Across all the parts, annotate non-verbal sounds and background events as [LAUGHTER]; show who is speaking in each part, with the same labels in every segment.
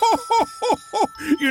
Speaker 1: [LAUGHS] You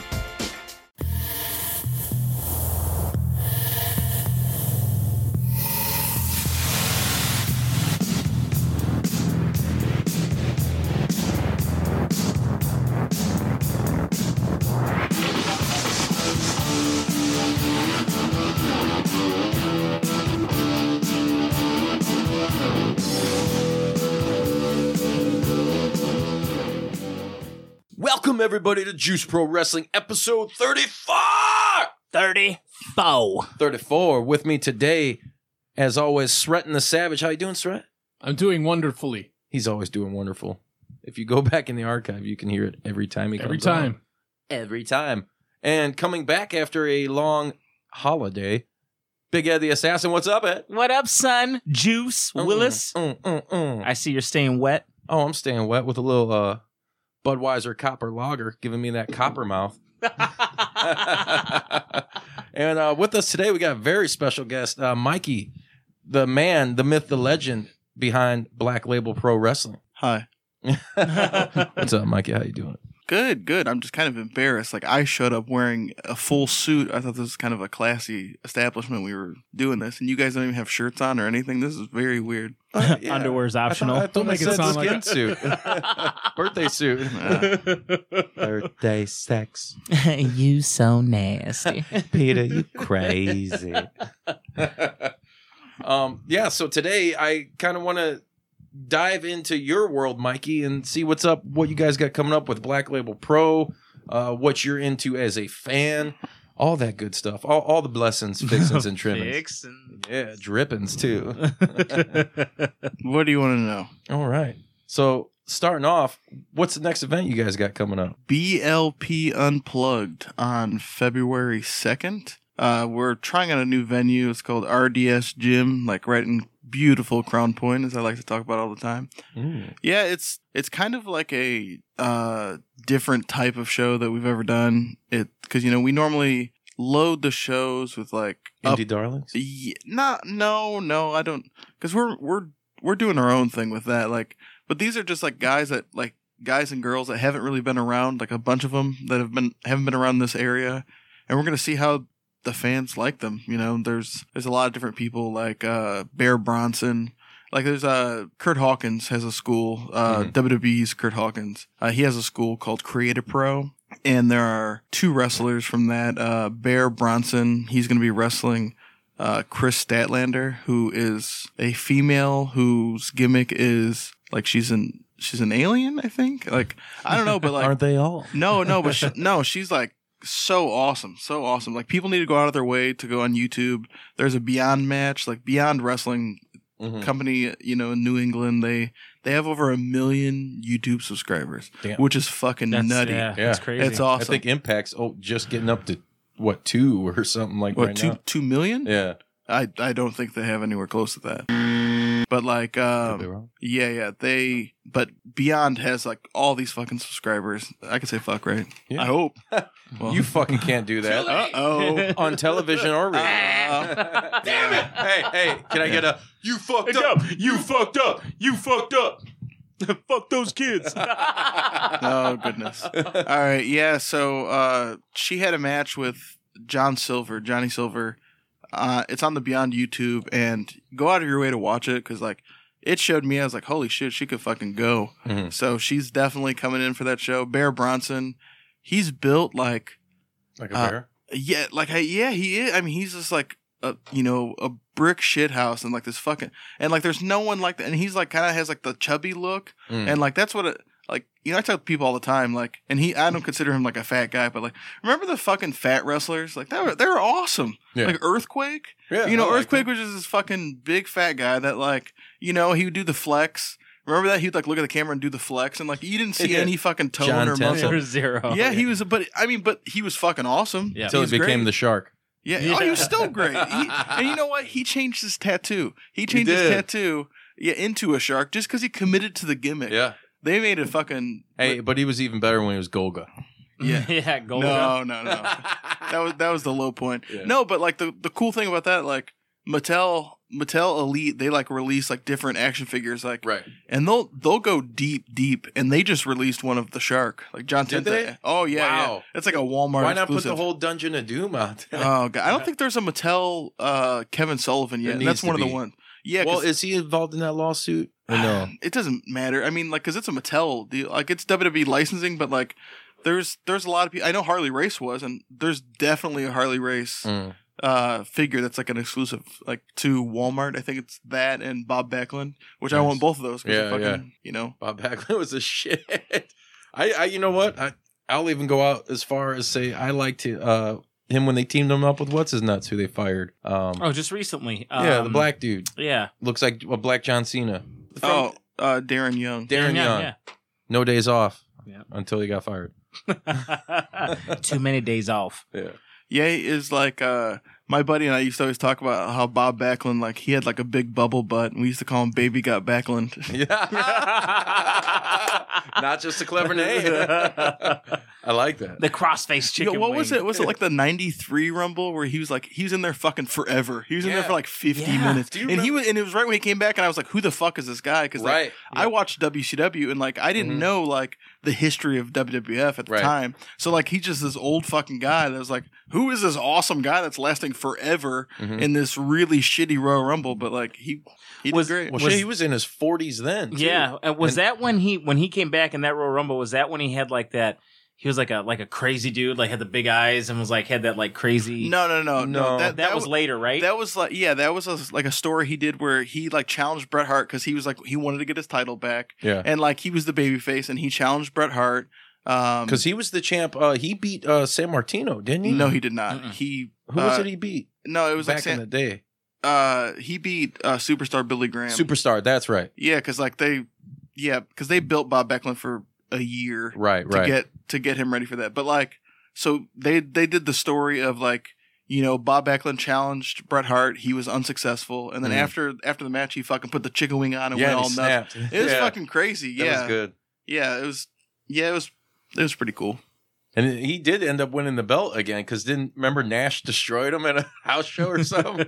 Speaker 2: Welcome everybody to Juice Pro Wrestling episode 34.
Speaker 3: 34.
Speaker 2: 34 with me today as always Sretton the Savage. How you doing, Sret?
Speaker 4: I'm doing wonderfully
Speaker 2: He's always doing wonderful. If you go [LAUGHS] back in the archive, you can hear it every time he
Speaker 4: every
Speaker 2: comes on.
Speaker 4: time.
Speaker 2: Every time. And coming back after a long holiday, Big Ed the Assassin, what's up, Ed?
Speaker 3: What up, son? Juice Willis.
Speaker 2: Mm, mm, mm, mm.
Speaker 3: I see you're staying wet.
Speaker 2: Oh, I'm staying wet with a little uh, Budweiser Copper Lager, giving me that [LAUGHS] copper mouth. and uh, with us today, we got a very special guest, uh, Mikey, the man, the myth, the legend behind Black Label Pro Wrestling. [LAUGHS]
Speaker 5: Hi.
Speaker 2: What's up, Mikey? How you
Speaker 4: [LAUGHS]
Speaker 2: doing?
Speaker 5: Good, good. I'm just kind of embarrassed. Like I showed up wearing a full suit. I thought this was kind of a classy establishment. We were doing this, and you guys don't even have shirts on or anything. This is very weird.
Speaker 2: Yeah.
Speaker 3: Underwear's
Speaker 2: I thought-
Speaker 3: optional.
Speaker 2: I thought
Speaker 4: Don't
Speaker 2: they
Speaker 4: make it
Speaker 2: said
Speaker 4: sound like
Speaker 2: skin
Speaker 4: it.
Speaker 2: suit, [LAUGHS] birthday suit,
Speaker 5: Uh,
Speaker 6: Birthday sex.
Speaker 3: [LAUGHS] you so nasty.
Speaker 6: Peter,
Speaker 5: [LAUGHS]
Speaker 6: you crazy.
Speaker 2: um, yeah, so today I kind of want to dive into your world, Mikey, and see what's up, what you guys got coming up with Black Label Pro, uh, what you're into as a fan, all that good stuff, all, all the blessings, fixings,
Speaker 6: [LAUGHS]
Speaker 2: and trimmings. Yeah, drippings too.
Speaker 5: what do you want to know?
Speaker 2: all right. So starting off, what's the next event you guys got coming up?
Speaker 5: BLP Unplugged on February 2nd. Uh, we're trying out a new venue. It's called RDS Gym, like right in beautiful Crown Point, as I like to talk about all the time. Yeah, it's it's kind of like a uh, different type of show that we've ever done. It because you know we normally load the shows with like up-
Speaker 2: Indie darlings.
Speaker 5: Ye- not no no I don't because we're we're we're doing our own thing with that like but these are just like guys that like guys and girls that haven't really been around like a bunch of them that have been haven't been around this area and we're gonna see how the fans like them you know there's there's a lot of different people like uh Bear Bronson like there's uh Kurt Hawkins has a school uh
Speaker 2: Mhm.
Speaker 5: WWE's Kurt Hawkins uh, he has a school called Creative Pro and there are two wrestlers from that uh Bear Bronson he's gonna be wrestling uh, Chris Statlander, who is a female whose gimmick is like she's an she's an alien, I think. Like I don't know, but like
Speaker 6: Aren't they all?
Speaker 5: no, no, but she, no, she's like so awesome, so awesome. Like people need to go out of their way to go on YouTube. There's a Beyond match, like Beyond Wrestling
Speaker 2: Mhm.
Speaker 5: company, you know, in New England. They they have over a million YouTube subscribers,
Speaker 2: Damn.
Speaker 5: which is fucking
Speaker 3: That's,
Speaker 5: nutty.
Speaker 3: Yeah,
Speaker 2: Yeah.
Speaker 3: that's crazy.
Speaker 5: It's awesome.
Speaker 2: I think Impact's oh just getting up to what two or something like
Speaker 5: what
Speaker 2: right
Speaker 5: two
Speaker 2: now.
Speaker 5: two million?
Speaker 2: Yeah,
Speaker 5: I I don't think they have anywhere close to that. But like,
Speaker 2: could
Speaker 5: um,
Speaker 2: be wrong.
Speaker 5: Yeah, yeah. They but Beyond has like all these fucking subscribers. I can say fuck, right?
Speaker 2: Yeah. [LAUGHS]
Speaker 5: I hope. Well,
Speaker 2: you fucking can't do that. Uh-uh.
Speaker 5: uh
Speaker 2: [LAUGHS]
Speaker 5: oh.
Speaker 2: on television or radio. [LAUGHS] Damn it! Hey, hey, can I get a you fucked up? You fucked up! You fucked up!
Speaker 4: Fuck those
Speaker 2: [LAUGHS]
Speaker 4: kids.
Speaker 5: Oh [LAUGHS] goodness. All right, yeah, so uh she had a match with John Silver, Johnny Silver. Uh it's on the Beyond YouTube and go out of your way to watch it cuz like it showed me I was like holy shit, she could fucking go.
Speaker 2: Mhm.
Speaker 5: So she's definitely coming in for that show. Bear Bronson, he's built like
Speaker 2: Like
Speaker 5: Uh, yeah, like I, yeah, he is. I mean, he's just like a you know a brick shit house and like this fucking and like there's no one like that. And he's like kind of has like the chubby look
Speaker 2: Mm.
Speaker 5: and like that's what it, like you know I tell people all the time like and he I don't consider him like a fat guy, but like remember the fucking fat wrestlers like they were they were awesome
Speaker 2: Yeah.
Speaker 5: like Earthquake.
Speaker 2: Yeah,
Speaker 5: you know,
Speaker 2: I like
Speaker 5: Earthquake was just this fucking big fat guy that like, you know, he would do the flex. Remember that he'd like look at the camera and do the flex, and like you didn't see
Speaker 2: Yeah.
Speaker 5: any fucking tone
Speaker 2: John
Speaker 5: or
Speaker 2: Tenzin.
Speaker 5: muscle.
Speaker 2: Yeah.
Speaker 7: Zero [LAUGHS] zero.
Speaker 5: yeah, he was, but I mean, but he was fucking
Speaker 7: Oh,
Speaker 5: awesome.
Speaker 7: Yeah.
Speaker 2: that. Until
Speaker 5: was
Speaker 2: he became
Speaker 5: great.
Speaker 2: the shark.
Speaker 5: Yeah. Oh, he was
Speaker 7: Yeah.
Speaker 5: still great. He, and you know what? He changed his tattoo. He changed his
Speaker 2: did.
Speaker 5: tattoo, yeah, into a shark just because he committed to the gimmick.
Speaker 2: Yeah.
Speaker 5: They made a fucking
Speaker 2: Hey, but he was even better when he was
Speaker 5: [LAUGHS]
Speaker 2: Golga. [LAUGHS]
Speaker 5: yeah.
Speaker 7: [LAUGHS] yeah. Gold.
Speaker 5: No, no, no. that was that was the low point.
Speaker 2: [LAUGHS] Yeah.
Speaker 5: No, but like the the cool thing about that, like Mattel Mattel Elite, they like release like different action figures, like
Speaker 2: Right.
Speaker 5: and they'll they'll go deep, deep, and they just released one of the shark, like John
Speaker 2: Did
Speaker 5: Tenta.
Speaker 2: they?
Speaker 5: Oh yeah,
Speaker 2: Wow.
Speaker 5: yeah, it's like a Walmart.
Speaker 2: Why not put
Speaker 5: exclusive.
Speaker 2: the whole Dungeon of Doom out there?
Speaker 5: Oh god, I don't think there's a Mattel uh, Kevin Sullivan
Speaker 2: There
Speaker 5: yet. and
Speaker 2: needs
Speaker 5: That's
Speaker 2: to
Speaker 5: one of
Speaker 2: be.
Speaker 5: the ones. Yeah,
Speaker 2: well,
Speaker 5: 'cause-
Speaker 2: is he involved in that lawsuit? Or no.
Speaker 5: [SIGHS] it doesn't matter. I mean, like, cause it's a Mattel deal. Like, it's WWE licensing, but like, there's there's a lot of people. I know Harley Race was, and there's definitely a Harley Race
Speaker 2: Mm.
Speaker 5: uh figure that's like an exclusive, like to Walmart. I think it's that and Bob Backlund, which I
Speaker 2: Nice.
Speaker 5: want both of those. 'cause they're
Speaker 2: Yeah, yeah.
Speaker 5: You know,
Speaker 2: Bob [LAUGHS] Backlund was a shit. I, I you know what? I, I'll even go out as far as say I liked hi- uh, him when they teamed him up with what's his nuts who they fired. Um,
Speaker 7: Oh, just recently.
Speaker 2: yeah, the
Speaker 7: Um,
Speaker 2: black dude
Speaker 7: Yeah.
Speaker 2: looks like well, black John Cena. From
Speaker 5: oh, uh, Darren Young.
Speaker 2: Darren
Speaker 7: Yeah,
Speaker 2: Young.
Speaker 7: yeah.
Speaker 2: No days off
Speaker 7: Yeah.
Speaker 2: until he got
Speaker 7: [LAUGHS]
Speaker 2: fired. [LAUGHS]
Speaker 3: Too many days off.
Speaker 2: Yeah.
Speaker 5: Yay is like uh my buddy and I used to always talk about how Bob Backlund like he had like a big bubble butt, and we used to call him Baby Got Backlund. [LAUGHS]
Speaker 2: Yeah. Not just a clever name.
Speaker 7: [LAUGHS]
Speaker 2: I like that.
Speaker 7: The crossface
Speaker 5: Yo,
Speaker 7: chicken.
Speaker 5: what was
Speaker 7: wing.
Speaker 5: it? Was it like the '93 Rumble where he was like he was in there fucking forever? He was in there
Speaker 2: Yeah.
Speaker 5: for like 50
Speaker 3: Yeah.
Speaker 5: minutes,
Speaker 2: Do
Speaker 5: and
Speaker 2: you
Speaker 5: he
Speaker 2: remember-
Speaker 5: was and it was right when he came back, and I was like, who the fuck is this guy? Because like,
Speaker 2: right.
Speaker 5: I watched WCW and like I didn't
Speaker 2: Mhm.
Speaker 5: know like the history of WWF at the
Speaker 2: Right.
Speaker 5: time, so like he's just this old fucking guy that was like, who is this awesome guy that's lasting forever
Speaker 2: Mhm.
Speaker 5: in this really shitty Royal Rumble? But like he he
Speaker 3: Was-
Speaker 5: did great.
Speaker 2: Well, shit, he was in his 40s then. too.
Speaker 7: Yeah, and was
Speaker 2: And-
Speaker 7: that when he when he came back in that Royal Rumble? Was that when he had like that? He was like a like a crazy dude, like had the big eyes and was like had that like crazy.
Speaker 5: No, no, no,
Speaker 2: No.
Speaker 5: no.
Speaker 7: that, was
Speaker 5: wa-
Speaker 7: later, right?
Speaker 5: That was like yeah, that was a, like a story he did where he like challenged Bret Hart because he was like he wanted to get his title back
Speaker 2: Yeah.
Speaker 5: and like he was the babyface and he challenged Bret Hart. Um,
Speaker 2: Because he was the champ. Uh, he beat uh, San Martino, didn't he?
Speaker 5: no, he did not.
Speaker 7: Mm-mm.
Speaker 5: He
Speaker 2: Who was
Speaker 5: uh,
Speaker 2: it he beat?
Speaker 5: No, it was
Speaker 2: back
Speaker 5: like San,
Speaker 2: in the day.
Speaker 5: uh, he beat uh, superstar Billy Graham.
Speaker 2: Superstar. That's right.
Speaker 5: yeah, because like they yeah because they built Bob Backlund for a year
Speaker 2: Right.
Speaker 5: to
Speaker 2: Right.
Speaker 5: get to get him ready for that. But like, so they they did the story of like you know Bob Backlund challenged Bret Hart. He was unsuccessful, and then
Speaker 2: Mhm.
Speaker 5: after after the match, he fucking put the chicken wing on and
Speaker 2: yeah.
Speaker 5: went
Speaker 2: and
Speaker 5: all
Speaker 2: he
Speaker 5: nuts.
Speaker 2: snapped.
Speaker 5: It was
Speaker 2: Yeah,
Speaker 5: fucking crazy.
Speaker 2: That
Speaker 5: Yeah,
Speaker 2: was good.
Speaker 5: yeah, it was. Yeah, it was. It was pretty cool.
Speaker 2: And he did end up winning the belt again because didn't remember Nash destroyed him at a [LAUGHS] house show or
Speaker 5: [LAUGHS]
Speaker 2: something.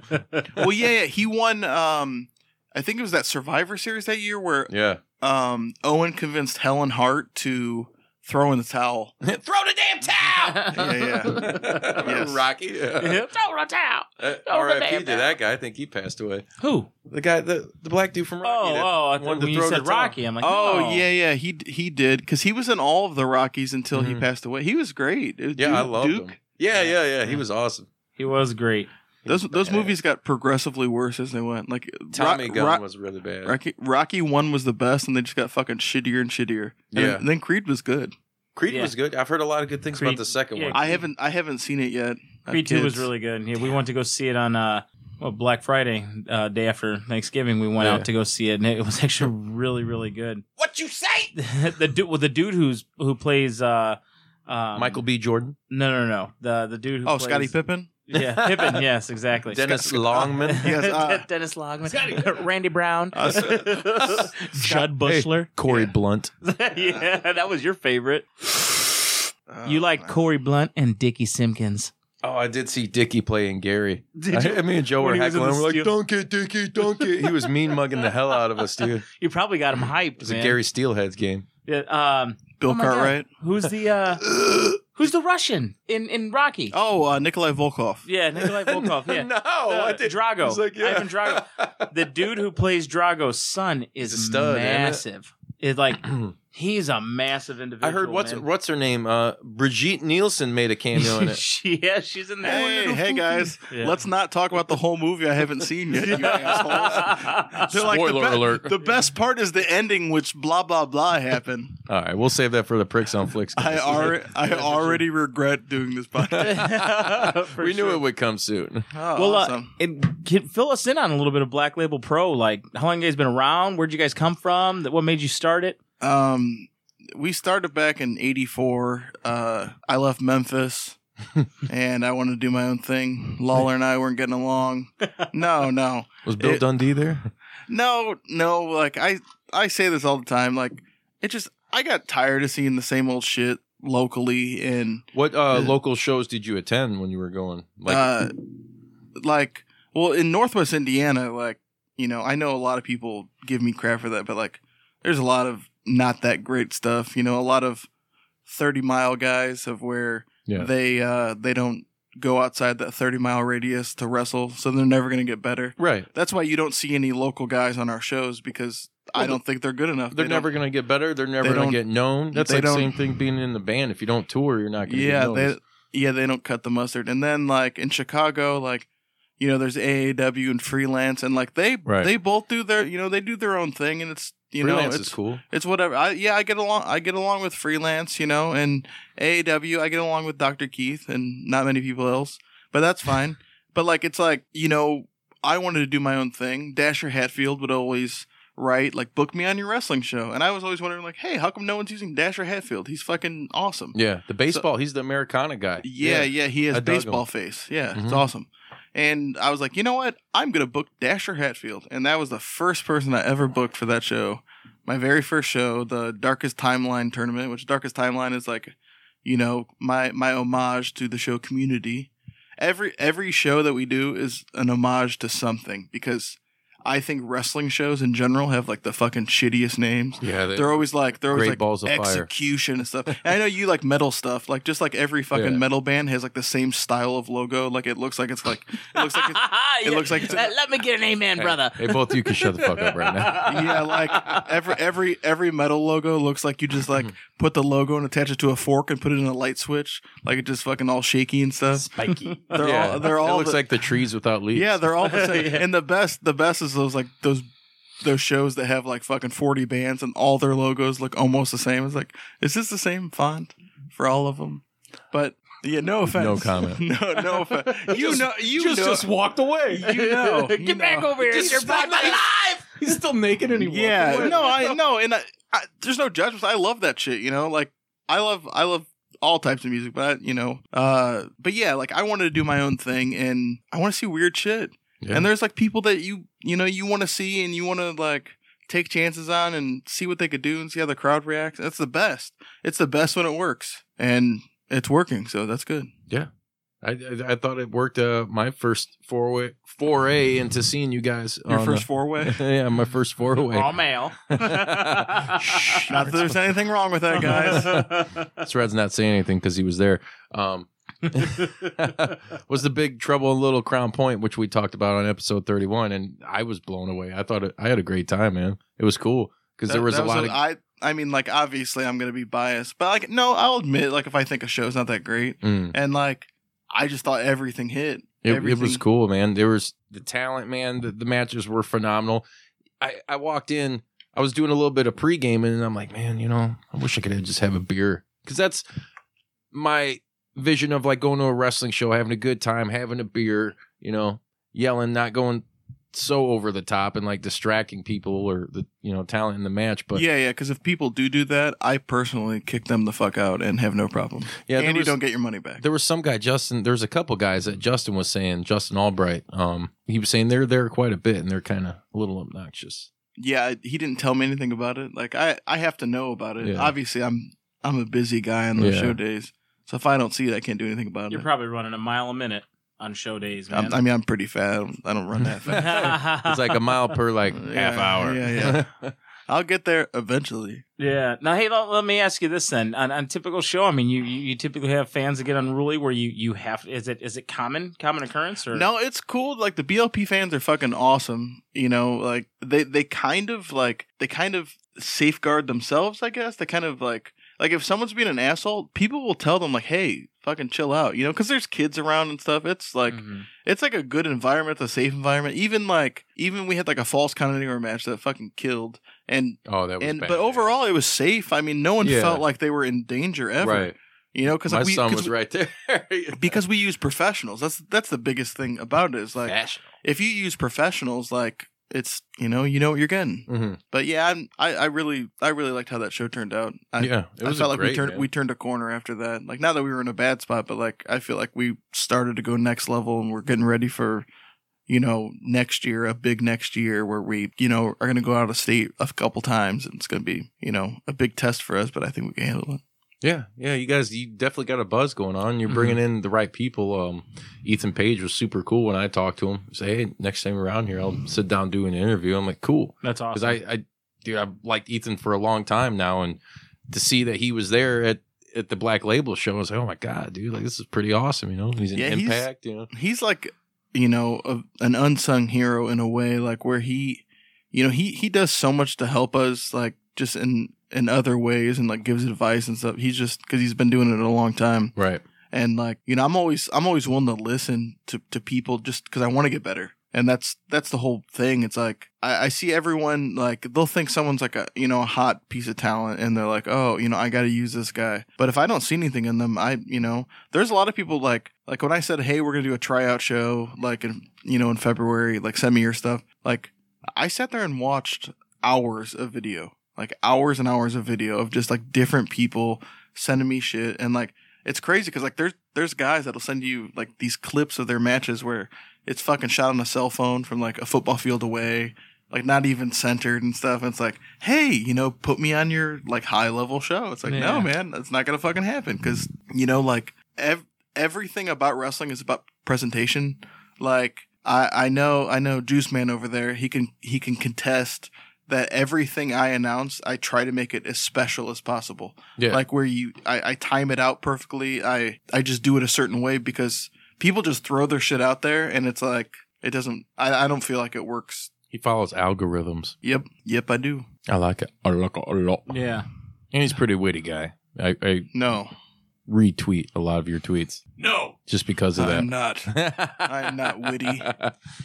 Speaker 5: well, yeah, yeah, he won. Um, I think it was that Survivor Series that year where
Speaker 2: yeah.
Speaker 5: um Owen convinced Helen Hart to throw in
Speaker 2: [LAUGHS]
Speaker 5: the towel.
Speaker 7: [LAUGHS]
Speaker 2: Throw the damn towel.
Speaker 5: [LAUGHS] Yeah,
Speaker 2: [LAUGHS]
Speaker 5: yeah. Yes.
Speaker 2: Rocky. Yeah.
Speaker 7: Throw it out.
Speaker 2: Uh,
Speaker 7: Throw the
Speaker 2: RIP
Speaker 7: damn
Speaker 2: to
Speaker 7: towel.
Speaker 2: that guy. I think he passed away.
Speaker 7: Who?
Speaker 2: The guy, the, the black dude from Rocky.
Speaker 7: Oh,
Speaker 2: that-
Speaker 5: uh,
Speaker 7: oh, I
Speaker 2: wanted
Speaker 7: thought
Speaker 2: to
Speaker 7: when you
Speaker 2: throw the
Speaker 7: said
Speaker 2: towel.
Speaker 7: Rocky, I'm like,
Speaker 5: Oh
Speaker 7: no.
Speaker 5: yeah, yeah. He d- he did because he was in all of the Rockies until
Speaker 2: Mhm.
Speaker 7: Mm-hmm.
Speaker 5: he passed away. He was great. It was
Speaker 2: Yeah,
Speaker 5: Duke,
Speaker 2: I love
Speaker 5: Duke.
Speaker 2: him. Yeah, yeah, yeah. He was awesome.
Speaker 7: he was great.
Speaker 5: Those those
Speaker 2: badass.
Speaker 5: movies got progressively worse as they went. Like Ro-
Speaker 2: Tommy Gunn
Speaker 5: Ro-
Speaker 2: was really bad.
Speaker 5: Rocky Rocky one was the best, and they just got fucking shittier and shittier. And
Speaker 2: Yeah.
Speaker 5: then, then Creed was good.
Speaker 2: Creed
Speaker 7: Yeah.
Speaker 2: was good. I've heard a lot of good things about
Speaker 7: Creed-
Speaker 2: the second
Speaker 7: yeah.
Speaker 2: one.
Speaker 5: I haven't I haven't seen it yet. I have
Speaker 7: Creed Two was
Speaker 5: kids.
Speaker 7: really good. Yeah, we went to go see it on uh, well, Black Friday, uh, day after Thanksgiving. We went
Speaker 2: Yeah.
Speaker 7: out to go see it, and it was [LAUGHS] actually really, really good. What you say? [LAUGHS] the dude, well, the dude who's who plays uh, um,
Speaker 2: Michael B. Jordan,
Speaker 7: No, no, no. The the dude. Who
Speaker 5: Oh,
Speaker 7: plays, [LAUGHS]
Speaker 5: Scottie Pippen.
Speaker 7: Yeah, Pippen. Yes, exactly.
Speaker 2: Dennis
Speaker 5: [LAUGHS]
Speaker 2: Longman.
Speaker 5: Yes,
Speaker 7: [LAUGHS]
Speaker 5: uh,
Speaker 3: Dennis Logman, Randy Brown,
Speaker 5: Uh, s-
Speaker 3: Judd Bushler.
Speaker 2: [LAUGHS] Corey Blunt.
Speaker 7: [LAUGHS] yeah, that was your favorite.
Speaker 5: Oh,
Speaker 3: you like
Speaker 5: man.
Speaker 3: Corey Blunt and Dickie Simpkins.
Speaker 2: Oh, I did see Dickie playing Gary.
Speaker 7: [LAUGHS] Did
Speaker 2: I,
Speaker 7: you?
Speaker 2: me and Joe were
Speaker 7: When he was in
Speaker 2: heckling.
Speaker 7: the
Speaker 2: We're like,
Speaker 7: steel-
Speaker 2: "Dunk it, Dickie, dunk it." He was mean mugging the hell out of us, dude.
Speaker 7: [LAUGHS]
Speaker 2: It
Speaker 7: You probably got him hyped.
Speaker 2: was
Speaker 7: man.
Speaker 2: a Gary Steelheads
Speaker 7: [LAUGHS]
Speaker 2: game.
Speaker 7: Yeah, um,
Speaker 5: Bill
Speaker 3: Oh my God.
Speaker 5: Cartwright?
Speaker 7: who's the [LAUGHS] uh, who's the Russian in in Rocky?
Speaker 5: Oh, uh, Nikolai Volkov.
Speaker 7: Yeah, [LAUGHS] Nikolai Volkov.
Speaker 2: [LAUGHS]
Speaker 7: Yeah.
Speaker 2: no,
Speaker 7: Uh,
Speaker 2: I did. I
Speaker 7: Drago.
Speaker 2: was like, yeah.
Speaker 7: Ivan
Speaker 2: [LAUGHS]
Speaker 7: Drago. The dude who plays Drago's son is
Speaker 2: He's a stud, ain't it?
Speaker 7: [CLEARS THROAT] massive. It's like He's a massive individual.
Speaker 2: I heard what's
Speaker 7: man.
Speaker 2: what's her name? Uh, Brigitte Nielsen made a cameo
Speaker 7: [LAUGHS]
Speaker 2: in it.
Speaker 7: she, yeah, she's in that. one [LAUGHS]
Speaker 5: Hey,
Speaker 7: little
Speaker 5: hey
Speaker 7: movie.
Speaker 5: guys,
Speaker 7: Yeah.
Speaker 5: let's not talk about the whole movie I haven't seen yet,
Speaker 7: [LAUGHS]
Speaker 5: you assholes. They're like,
Speaker 4: Spoiler
Speaker 5: the be-
Speaker 4: alert.
Speaker 5: The best part is the ending, which blah blah blah happened.
Speaker 2: All right, we'll save that for the pricks on flicks.
Speaker 5: I already, [LAUGHS] I already regret doing this podcast.
Speaker 2: [LAUGHS] we knew it would come soon.
Speaker 5: Oh,
Speaker 7: Well,
Speaker 5: awesome.
Speaker 7: uh, it, can, fill us in on a little bit of Black Label Pro. Like, how long you guys been around? Where'd you guys come from? That what made you start it?
Speaker 5: Um, we started back in '84. Uh, I left Memphis, and I wanted to do my own thing. Lawler and I weren't getting along. No, no,
Speaker 2: Was Bill
Speaker 5: It-
Speaker 2: Dundee there?
Speaker 5: no, no. Like I, I say this all the time. Like it just, I got tired of seeing the same old shit locally, and
Speaker 2: What uh, local shows did you attend when you were going? Like,
Speaker 5: uh, like well in northwest indiana like you know i know a lot of people give me crap for that but like there's a lot of not that great stuff you know a lot of 30 mile guys of where
Speaker 2: Yeah.
Speaker 5: they uh they don't go outside that 30 mile radius to wrestle so they're never going to get better
Speaker 2: right?
Speaker 5: that's why you don't see any local guys on our shows because i
Speaker 2: Well,
Speaker 5: don't think they're good enough
Speaker 2: They're
Speaker 5: They don't-
Speaker 2: never going to get better. They're never
Speaker 5: they
Speaker 2: going
Speaker 5: don't-
Speaker 2: to get known. That's
Speaker 5: they
Speaker 2: like the
Speaker 5: don't-
Speaker 2: same thing being in the band. If you don't tour, you're not going to
Speaker 5: yeah
Speaker 2: get
Speaker 5: they
Speaker 2: noticed.
Speaker 5: yeah they don't cut the mustard and then like in chicago like you know there's aaw and freelance and like they
Speaker 2: Right.
Speaker 5: they both do their you know they do their own thing and it's you
Speaker 2: Freelance
Speaker 5: know
Speaker 2: is
Speaker 5: it's [LAUGHS]
Speaker 2: cool.
Speaker 5: it's whatever i yeah i get along i get along with freelance you know and aaw i get along with dr keith and not many people else but
Speaker 2: [LAUGHS]
Speaker 5: that's fine but like it's like you know i wanted to do my own thing dasher hatfield would always write like book me on your wrestling show and i was always wondering like hey how come no one's using dasher hatfield he's fucking awesome
Speaker 2: Yeah, the baseball. he's the Americana guy.
Speaker 5: yeah, yeah, he has
Speaker 2: I dug
Speaker 5: baseball
Speaker 2: him.
Speaker 5: face. Yeah,
Speaker 2: Mhm.
Speaker 5: it's awesome. And I was like, you know what? I'm gonna book Dasher Hatfield, and that was the first person I ever booked for that show. My very first show, the Darkest Timeline tournament, which Darkest Timeline is like, you know, my my homage to the show Community. Every every show that we do is an homage to something because I think wrestling shows in general have like the fucking shittiest names.
Speaker 2: yeah. They,
Speaker 5: They're always like they're always
Speaker 2: Great
Speaker 5: like
Speaker 2: balls of fire.
Speaker 5: execution and stuff. And I know you like metal stuff, like just like every fucking
Speaker 2: [LAUGHS] Yeah.
Speaker 5: metal band has like the same style of logo. Like it looks like it's like it
Speaker 7: [LAUGHS]
Speaker 5: looks like it's, it looks like it's
Speaker 7: Let, let me get an amen, brother.
Speaker 2: hey, both of you can shut the fuck up right now.
Speaker 5: yeah, like every every every metal logo looks like you just like put the logo and attach it to a fork and put it in a light switch. Like it just fucking all shaky and stuff.
Speaker 7: [LAUGHS] Spiky.
Speaker 5: [LAUGHS] They're all they're
Speaker 2: it
Speaker 5: all
Speaker 2: looks
Speaker 5: the-
Speaker 2: like the trees without leaves.
Speaker 5: yeah, they're all the same. And the best the best is those like those those shows that have like fucking 40 bands and all their logos look almost the same. It's like, is this the same font for all of them? But yeah, no offense.
Speaker 2: No comment.
Speaker 5: [LAUGHS] no, no offense. You know, you
Speaker 4: just
Speaker 5: know,
Speaker 4: just walked away. [LAUGHS]
Speaker 5: you know,
Speaker 7: Get
Speaker 5: you
Speaker 7: back
Speaker 5: know.
Speaker 7: over here. You're back alive.
Speaker 4: He's still naked and he walked
Speaker 5: Yeah,
Speaker 4: away.
Speaker 5: no, I no, and I, I, there's no judgments. I love that shit. You know, like I love I love all types of music, but I, you know, uh, but yeah, like I wanted to do my own thing, and I want to see weird shit.
Speaker 2: Yeah.
Speaker 5: And there's like people that you you know you want to see and you want to like take chances on and see what they could do and see how the crowd reacts. That's the best. It's the best when it works, and it's working, so that's good.
Speaker 2: I, I, I thought it worked. Uh, my first foray foray into seeing you guys.
Speaker 5: Your
Speaker 2: on
Speaker 5: first four way.
Speaker 2: the- [LAUGHS] yeah, my first foray.
Speaker 7: All [LAUGHS] male. [LAUGHS]
Speaker 2: Shh.
Speaker 5: [LAUGHS] Not that there's anything wrong with [LAUGHS] that, guys.
Speaker 2: That's Red's not saying anything because he was there. Um, [LAUGHS] was the big trouble in Little Crown Point, which we talked about on episode thirty-one, and I was blown away. I thought it, I had a great time, man. It was cool because there
Speaker 5: That-
Speaker 2: was
Speaker 5: that
Speaker 2: a lot
Speaker 5: what
Speaker 2: of
Speaker 5: I I mean, like obviously I'm gonna be biased, but like no, I'll admit like if I think a show's not that great,
Speaker 2: Mm.
Speaker 5: and like I just thought everything hit.
Speaker 2: It, it
Speaker 5: everything,
Speaker 2: was cool, man. There was the talent, man. The, the matches were phenomenal. I, I walked in, I was doing a little bit of pregame, and I'm like, man, you know, I wish I could have just have a beer because that's my vision of like going to a wrestling show, having a good time, having a beer, you know, yelling, not going so over the top and like distracting people or the you know talent in the match. But yeah,
Speaker 5: yeah, yeah. Because if people do do that, I personally kick them the fuck out and have no problem.
Speaker 2: there
Speaker 5: and you
Speaker 2: was-
Speaker 5: don't get your money back.
Speaker 2: There was some guy, Justin. There's a couple guys that Justin was saying, Justin Albright. Um, he was saying they're there quite a bit, and they're kind of a little obnoxious.
Speaker 5: yeah, I- he didn't tell me anything about it. Like I I have to know about it.
Speaker 2: Yeah.
Speaker 5: Obviously, I'm I'm a busy guy on those
Speaker 2: Yeah.
Speaker 5: show days, so if I don't see it, I can't do anything about
Speaker 7: You're
Speaker 5: it.
Speaker 7: probably running a mile a minute on show days, man. [LAUGHS]
Speaker 5: I'm, Um, I mean, [LAUGHS]
Speaker 2: [LAUGHS]
Speaker 5: I'm pretty fat. I don't, I don't run that fast.
Speaker 2: It's like a mile per like
Speaker 5: [LAUGHS] Yeah,
Speaker 2: half hour.
Speaker 5: yeah, I'll get there eventually.
Speaker 7: Yeah. Now, hey, let, let me ask you this then. On, on typical show, I mean, you, you you typically have fans that get unruly, where you you have is it is it common common occurrence or
Speaker 5: No, it's cool. Like the BLP fans are fucking awesome. You know, like they they kind of like they kind of safeguard themselves. I guess they kind of like like if someone's being an asshole, people will tell them like, "Hey, fucking chill out," you know, because there's kids around and stuff. It's like
Speaker 2: Mm.
Speaker 7: Mhm.
Speaker 5: it's like a good environment, it's a safe environment. Even like even we had like a false count anywhere match that fucking killed and
Speaker 2: [LAUGHS] Oh, that was
Speaker 5: and
Speaker 2: bad.
Speaker 5: but overall it was safe. I mean, no one
Speaker 2: Yeah.
Speaker 5: felt like they were in danger ever.
Speaker 2: right?
Speaker 5: You know, because
Speaker 2: My
Speaker 5: like, we,
Speaker 2: son
Speaker 5: 'cause
Speaker 2: was
Speaker 5: we-
Speaker 2: right there. [LAUGHS]
Speaker 5: because we use professionals. That's that's the biggest thing about it is like
Speaker 2: Fashion.
Speaker 5: if you use professionals, like it's you know you know what you're getting.
Speaker 2: Mhm.
Speaker 5: But yeah, I'm, I I really I really liked how that show turned out. I,
Speaker 2: yeah, it was
Speaker 5: I felt
Speaker 2: a
Speaker 5: like
Speaker 2: great,
Speaker 5: we turned
Speaker 2: man.
Speaker 5: we turned a corner after that. Like not that we were in a bad spot, but like I feel like we started to go next level and we're getting ready for you know next year a big next year where we you know are going to go out of state a couple times and it's going to be you know a big test for us. But I think we can handle it.
Speaker 2: Yeah, yeah, you guys, you definitely got a buzz going on. You're bringing
Speaker 5: Mm-hmm.
Speaker 2: in the right people. Um, Ethan Page was super cool when I talked to him. Say, hey, next time around here, I'll sit down do an interview. I'm like, cool,
Speaker 7: that's
Speaker 2: because
Speaker 7: awesome.
Speaker 2: I, I, dude, I've liked Ethan for a long time now, and to see that he was there at at the Black Label show, I was like, oh my god, dude, like this is pretty awesome. You know, he's an
Speaker 5: Yeah, he's-
Speaker 2: impact. You know,
Speaker 5: he's like you know a, an unsung hero in a way like where he you know he he does so much to help us like just in in other ways and like gives advice and stuff he's just because he's been doing it a long time
Speaker 2: right?
Speaker 5: and like you know i'm always i'm always willing to listen to, to people just because i want to get better and that's that's the whole thing it's like I, I see everyone like they'll think someone's like a you know a hot piece of talent and they're like oh you know i gotta use this guy but if i don't see anything in them i you know there's a lot of people like like when i said hey we're gonna do a tryout show like in you know in february like send me your stuff like i sat there and watched hours of video like hours and hours of video of just like different people sending me shit and like it's crazy because like there's there's guys that'll send you like these clips of their matches where it's fucking shot on a cell phone from like a football field away, like not even centered and stuff. And it's like, hey, you know, put me on your like high level show. It's like, no,
Speaker 7: Yeah.
Speaker 5: man, that's not gonna fucking happen because you know, like ev- everything about wrestling is about presentation. Like I I know I know Juice Man over there. He can he can contest that everything I announce, I try to make it as special as possible
Speaker 2: Yeah,
Speaker 5: like where you I, I time it out perfectly i i just do it a certain way because people just throw their shit out there and it's like it doesn't i, I don't feel like it works
Speaker 2: he follows algorithms.
Speaker 5: yep yep i do
Speaker 2: I like it. I like it a lot.
Speaker 7: yeah.
Speaker 2: And he's a pretty witty guy. I, I
Speaker 5: no
Speaker 2: retweet a lot of your tweets. No, just because of that.
Speaker 5: i'm not [LAUGHS] i'm not
Speaker 2: [LAUGHS]
Speaker 5: witty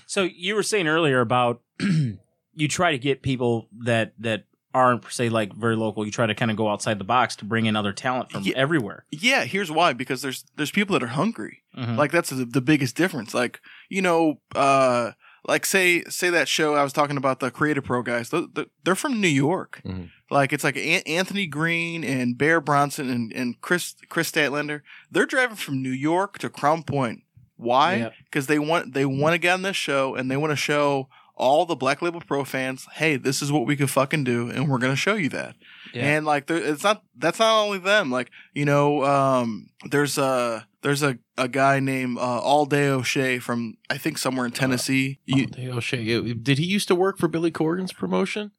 Speaker 7: So you were saying earlier about [CLEARS THROAT] you try to get people that that aren't per se like very local. You try to kind of go outside the box to bring in other talent from
Speaker 5: Yeah.
Speaker 7: everywhere.
Speaker 5: yeah here's why because there's there's people that are hungry
Speaker 7: Mhm.
Speaker 5: like that's the, the biggest difference like you know uh like say say that show i was talking about the creative pro guys th- th- they're from new york
Speaker 2: Mhm.
Speaker 5: like it's like An- anthony green and bear bronson and, and chris chris statlander they're driving from new york to crown point why
Speaker 7: Yep.
Speaker 5: because they want they want to get on this show and they want to show all the black label pro fans hey this is what we can fucking do and we're going to show you that
Speaker 7: Yeah.
Speaker 5: and like there, it's not that's not only them like you know um there's a there's a, a guy named uh, all day o'shea from i think somewhere in tennessee you,
Speaker 2: Dale O'Shea. oh, Did he used to work for Billy Corgan's promotion?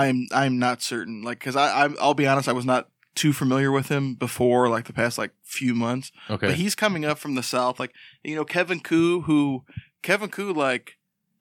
Speaker 5: i'm i'm not certain like because I, I i'll be honest i was not too familiar with him before like the past like few months
Speaker 2: Okay.
Speaker 5: But he's coming up from the south, like you know Kevin Koo, who Kevin Koo, like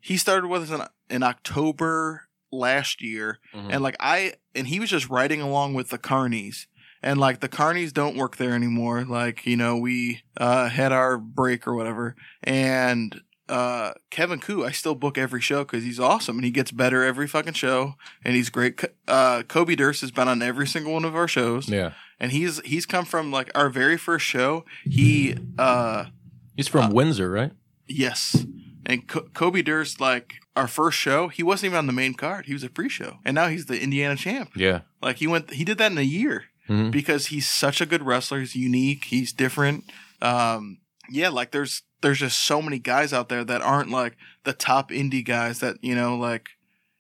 Speaker 5: he started with us in, in October last year,
Speaker 2: Mhm.
Speaker 5: and like I and he was just riding along with the Carnies, and like the Carnies don't work there anymore. Like you know we uh, had our break or whatever, and uh, Kevin Koo, I still book every show because he's awesome and he gets better every fucking show, and he's great. Co- Uh, Kobe Durst has been on every single one of our shows
Speaker 2: yeah.
Speaker 5: and he's he's come from like our very first show. He uh
Speaker 2: He's from Windsor, right?
Speaker 5: yes, and Co- Kobe Durst like our first show. He wasn't even on the main card. He was a pre-show, and now he's the Indiana champ.
Speaker 2: Yeah.
Speaker 5: Like he went he did that in a year
Speaker 2: Mhm.
Speaker 5: because he's such a good wrestler. He's unique. He's different. Um, yeah, like there's there's just so many guys out there that aren't like the top indie guys that you know like.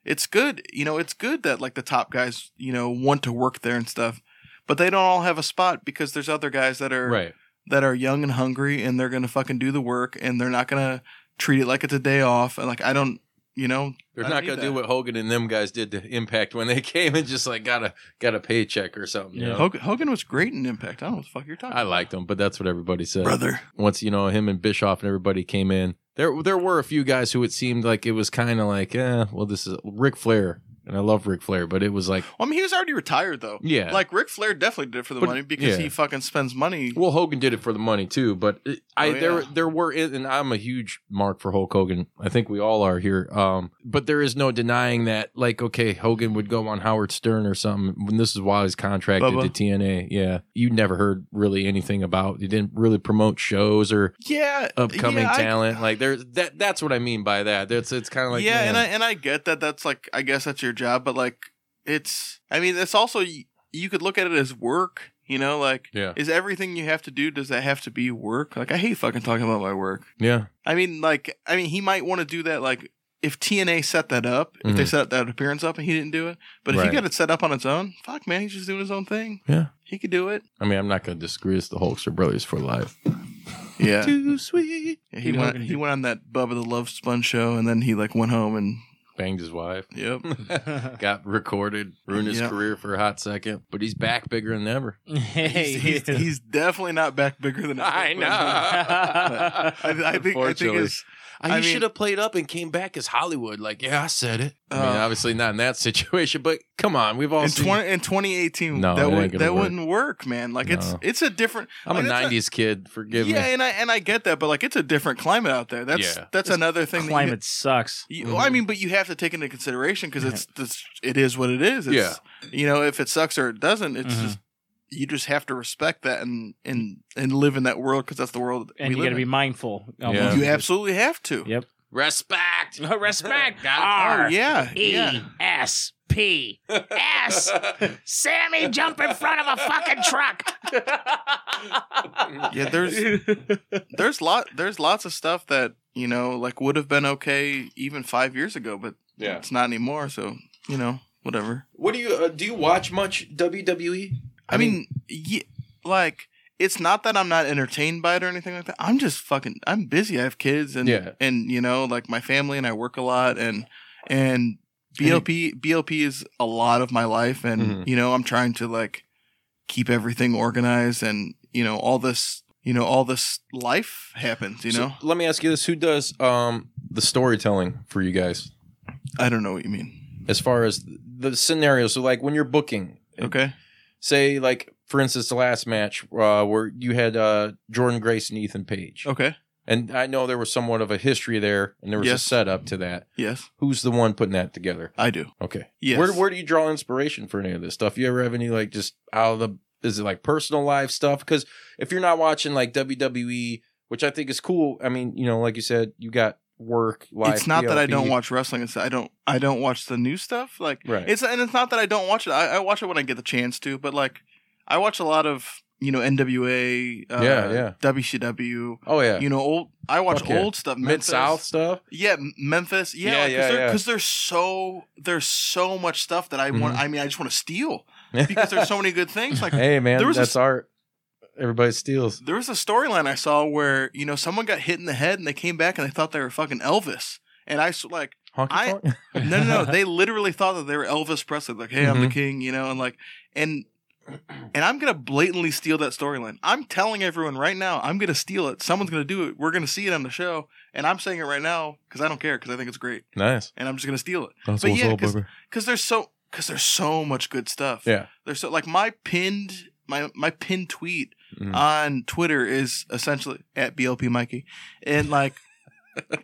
Speaker 5: It's good, you know. It's good that like the top guys, you know, want to work there and stuff, but they don't all have a spot because there's other guys that are
Speaker 2: Right.
Speaker 5: that are young and hungry and they're gonna fucking do the work and they're not gonna treat it like it's a day off and like I don't you know,
Speaker 2: They're
Speaker 5: I
Speaker 2: not
Speaker 5: need
Speaker 2: going to
Speaker 5: that.
Speaker 2: do what Hogan and them guys did to Impact when they [LAUGHS] came and just like got a got a paycheck or something. you know?
Speaker 5: Hogan, Hogan was great in Impact. I don't know what the fuck you're talking
Speaker 2: Oh. I liked them, but that's what everybody said.
Speaker 5: about. Brother.
Speaker 2: Once you know him and Bischoff and everybody came in, there there were a few guys who it seemed like it was kind of like, eh, well, this is Ric Flair, and I love Ric Flair, but it was like,
Speaker 5: Well, I mean, he was already retired though.
Speaker 2: yeah,
Speaker 5: Like Ric Flair definitely did it for the
Speaker 2: But-
Speaker 5: money because
Speaker 2: yeah.
Speaker 5: he fucking spends money.
Speaker 2: Well, Hogan did it for the money too, but it, I
Speaker 5: Oh, yeah.
Speaker 2: there there were and I'm a huge mark for Hulk Hogan. I think we all are here. Um, but there is no denying that, like, okay, Hogan would go on Howard Stern or something. When this is why he's contracted
Speaker 5: Bubba.
Speaker 2: to TNA. Yeah, you never heard really anything about. He didn't really promote shows or
Speaker 5: yeah,
Speaker 2: upcoming
Speaker 5: yeah, I-
Speaker 2: talent. like there's that. That's what I mean by that. That's it's kind of like
Speaker 5: yeah, and I
Speaker 2: man,
Speaker 5: and I get that. That's like I guess that's your job, but like it's. I mean, it's also y- you could look at it as work. You know, like
Speaker 2: yeah
Speaker 5: is everything you have to do does that have to be work? Like I hate fucking talking about my work.
Speaker 2: yeah
Speaker 5: I mean, like, I mean, he might want to do that. Like, if TNA set that up, if they
Speaker 2: Mhm.
Speaker 5: set that appearance up, and he didn't do it, but if
Speaker 2: Right.
Speaker 5: he got it set up on its own, fuck, man, he's just doing his own thing.
Speaker 2: yeah.
Speaker 5: He could do it.
Speaker 2: I mean, I'm not going to disagree. It's the Hulkster Brothers for life. [LAUGHS]
Speaker 5: Yeah.
Speaker 2: Too sweet.
Speaker 5: Yeah, he went. He went on that Bubba the Love Sponge show, and then he like went home and
Speaker 2: Banged his wife. [LAUGHS]
Speaker 5: yep.
Speaker 2: got recorded, ruined his
Speaker 5: Yeah.
Speaker 2: career for a hot second, but he's back bigger than ever.
Speaker 7: [LAUGHS]
Speaker 3: hey,
Speaker 5: He's, he's, [LAUGHS] he's definitely not back
Speaker 2: [LAUGHS]
Speaker 5: bigger than
Speaker 2: I know.
Speaker 5: I, I think. I think
Speaker 2: Unfortunately.
Speaker 5: it's.
Speaker 2: He
Speaker 5: I mean-
Speaker 2: should have played up and came back as Hollywood. Like, yeah, I said it. I mean,
Speaker 5: Uh.
Speaker 2: obviously not in that [LAUGHS] situation, but come on, we've all
Speaker 5: In,
Speaker 2: seen.
Speaker 5: 20, in 2018,
Speaker 2: No, it
Speaker 5: that,
Speaker 2: ain't
Speaker 5: would,
Speaker 2: gonna
Speaker 5: that
Speaker 2: work.
Speaker 5: wouldn't work, man. Like it's
Speaker 2: No.
Speaker 5: it's a different.
Speaker 2: I'm
Speaker 5: like,
Speaker 2: a
Speaker 5: that's
Speaker 2: '90s kid. Forgive
Speaker 5: yeah,
Speaker 2: me.
Speaker 5: and I and I get that, but like it's a different climate out there. That's
Speaker 2: Yeah.
Speaker 5: that's another thing. that you- [LAUGHS]
Speaker 3: climate sucks.
Speaker 5: You,
Speaker 2: Mm-hmm.
Speaker 5: well, I mean, but you have to take into consideration because it's this, it is what it is. It's, you know, if it sucks or it doesn't, it's
Speaker 2: Mm-hmm.
Speaker 3: Mhm.
Speaker 5: just you just have to respect that and and and live in that world because that's the world.
Speaker 3: And
Speaker 5: we
Speaker 3: you got to be
Speaker 5: live
Speaker 3: mindful.
Speaker 2: Yeah.
Speaker 5: in. you [LAUGHS] absolutely have to.
Speaker 3: Yep.
Speaker 2: Respect.
Speaker 7: [LAUGHS]
Speaker 3: Respect.
Speaker 5: Oh
Speaker 3: R
Speaker 5: yeah,
Speaker 3: E
Speaker 5: yeah.
Speaker 3: S P S. Sammy, jump in front of a fucking
Speaker 5: [LAUGHS]
Speaker 3: truck.
Speaker 5: Yeah,
Speaker 7: [LAUGHS]
Speaker 5: there's- There's lot there's lots of stuff that you know like would have been okay even five years ago, but
Speaker 2: Yeah.
Speaker 5: it's not anymore. So you know whatever.
Speaker 2: What do you uh, do? You watch much E? WWE?
Speaker 5: I, mean, ye like it's not that I'm not entertained by it or anything like that. I'm just fucking I'm busy. I have kids and
Speaker 2: Yeah.
Speaker 5: and you know like my family and I work a lot and and BLP BLP is a lot of my life and
Speaker 2: Mhm.
Speaker 5: you know I'm trying to like keep everything organized and you know all this you know all this life happens you
Speaker 2: So
Speaker 5: know
Speaker 2: let me ask you this: Who does um the storytelling for you guys?
Speaker 5: I don't know what you mean
Speaker 2: As far as the scenarios, so like when you're booking,
Speaker 5: okay
Speaker 2: say like for instance the last match uh, where you had uh, jordan grace and ethan page
Speaker 5: okay
Speaker 2: and i know there was somewhat of a history there and there was
Speaker 5: Yes.
Speaker 2: a setup to that
Speaker 5: yes
Speaker 2: who's the one putting that together
Speaker 5: I do
Speaker 2: okay
Speaker 5: Yes.
Speaker 2: where, where do you draw inspiration for any of this stuff you ever have any like just out of the is it like personal life stuff because if you're not watching like wwe which i think is cool i mean you know like you said you got work life
Speaker 5: it's not that I
Speaker 2: PLP.
Speaker 5: don't watch wrestling. It's that I don't I don't watch the new stuff. Like
Speaker 2: Right.
Speaker 5: it's and it's not that I don't watch it. I, I watch it when I get the chance to. But like I watch a lot of you know NWA, uh,
Speaker 2: Yeah, yeah.
Speaker 5: WCW.
Speaker 2: oh yeah
Speaker 5: You know old. I watch
Speaker 2: Fuck yeah.
Speaker 5: old stuff.
Speaker 2: mid
Speaker 5: Memphis.
Speaker 2: south stuff
Speaker 5: Yeah, M- Memphis.
Speaker 2: Yeah,
Speaker 5: Yeah, like,
Speaker 2: yeah,
Speaker 5: cause there-
Speaker 2: yeah.
Speaker 5: 'cause there's so there's so much stuff that I want.
Speaker 2: Mhm.
Speaker 5: I mean, I just want to steal
Speaker 2: [LAUGHS]
Speaker 5: because there's so many good things. Like
Speaker 2: hey man
Speaker 5: There was a
Speaker 2: that's
Speaker 5: s-
Speaker 2: art everybody steals
Speaker 5: there was a storyline I saw where you know someone got hit in the head and they came back and they thought they were fucking Elvis. And I s- like
Speaker 2: honky
Speaker 5: I-
Speaker 2: tonk [LAUGHS]
Speaker 5: no, no, no. They literally thought that they were Elvis Presley. Like, hey, I'm the
Speaker 2: Mhm.
Speaker 5: king, you know, and like, and and I'm gonna blatantly steal that storyline. I'm telling everyone right now, I'm gonna steal it. Someone's gonna do it. We're gonna see it on the show, and I'm saying it right now because I don't care because I think it's great,
Speaker 2: nice
Speaker 5: and I'm just gonna steal it
Speaker 2: That's
Speaker 5: But what's yeah, up, 'cause- because there's so because there's so much good stuff.
Speaker 2: Yeah.
Speaker 5: there's so like my pinned my my pinned tweet
Speaker 2: Mhm.
Speaker 5: on Twitter is essentially at BLP Mikey,
Speaker 2: [LAUGHS]
Speaker 5: and like.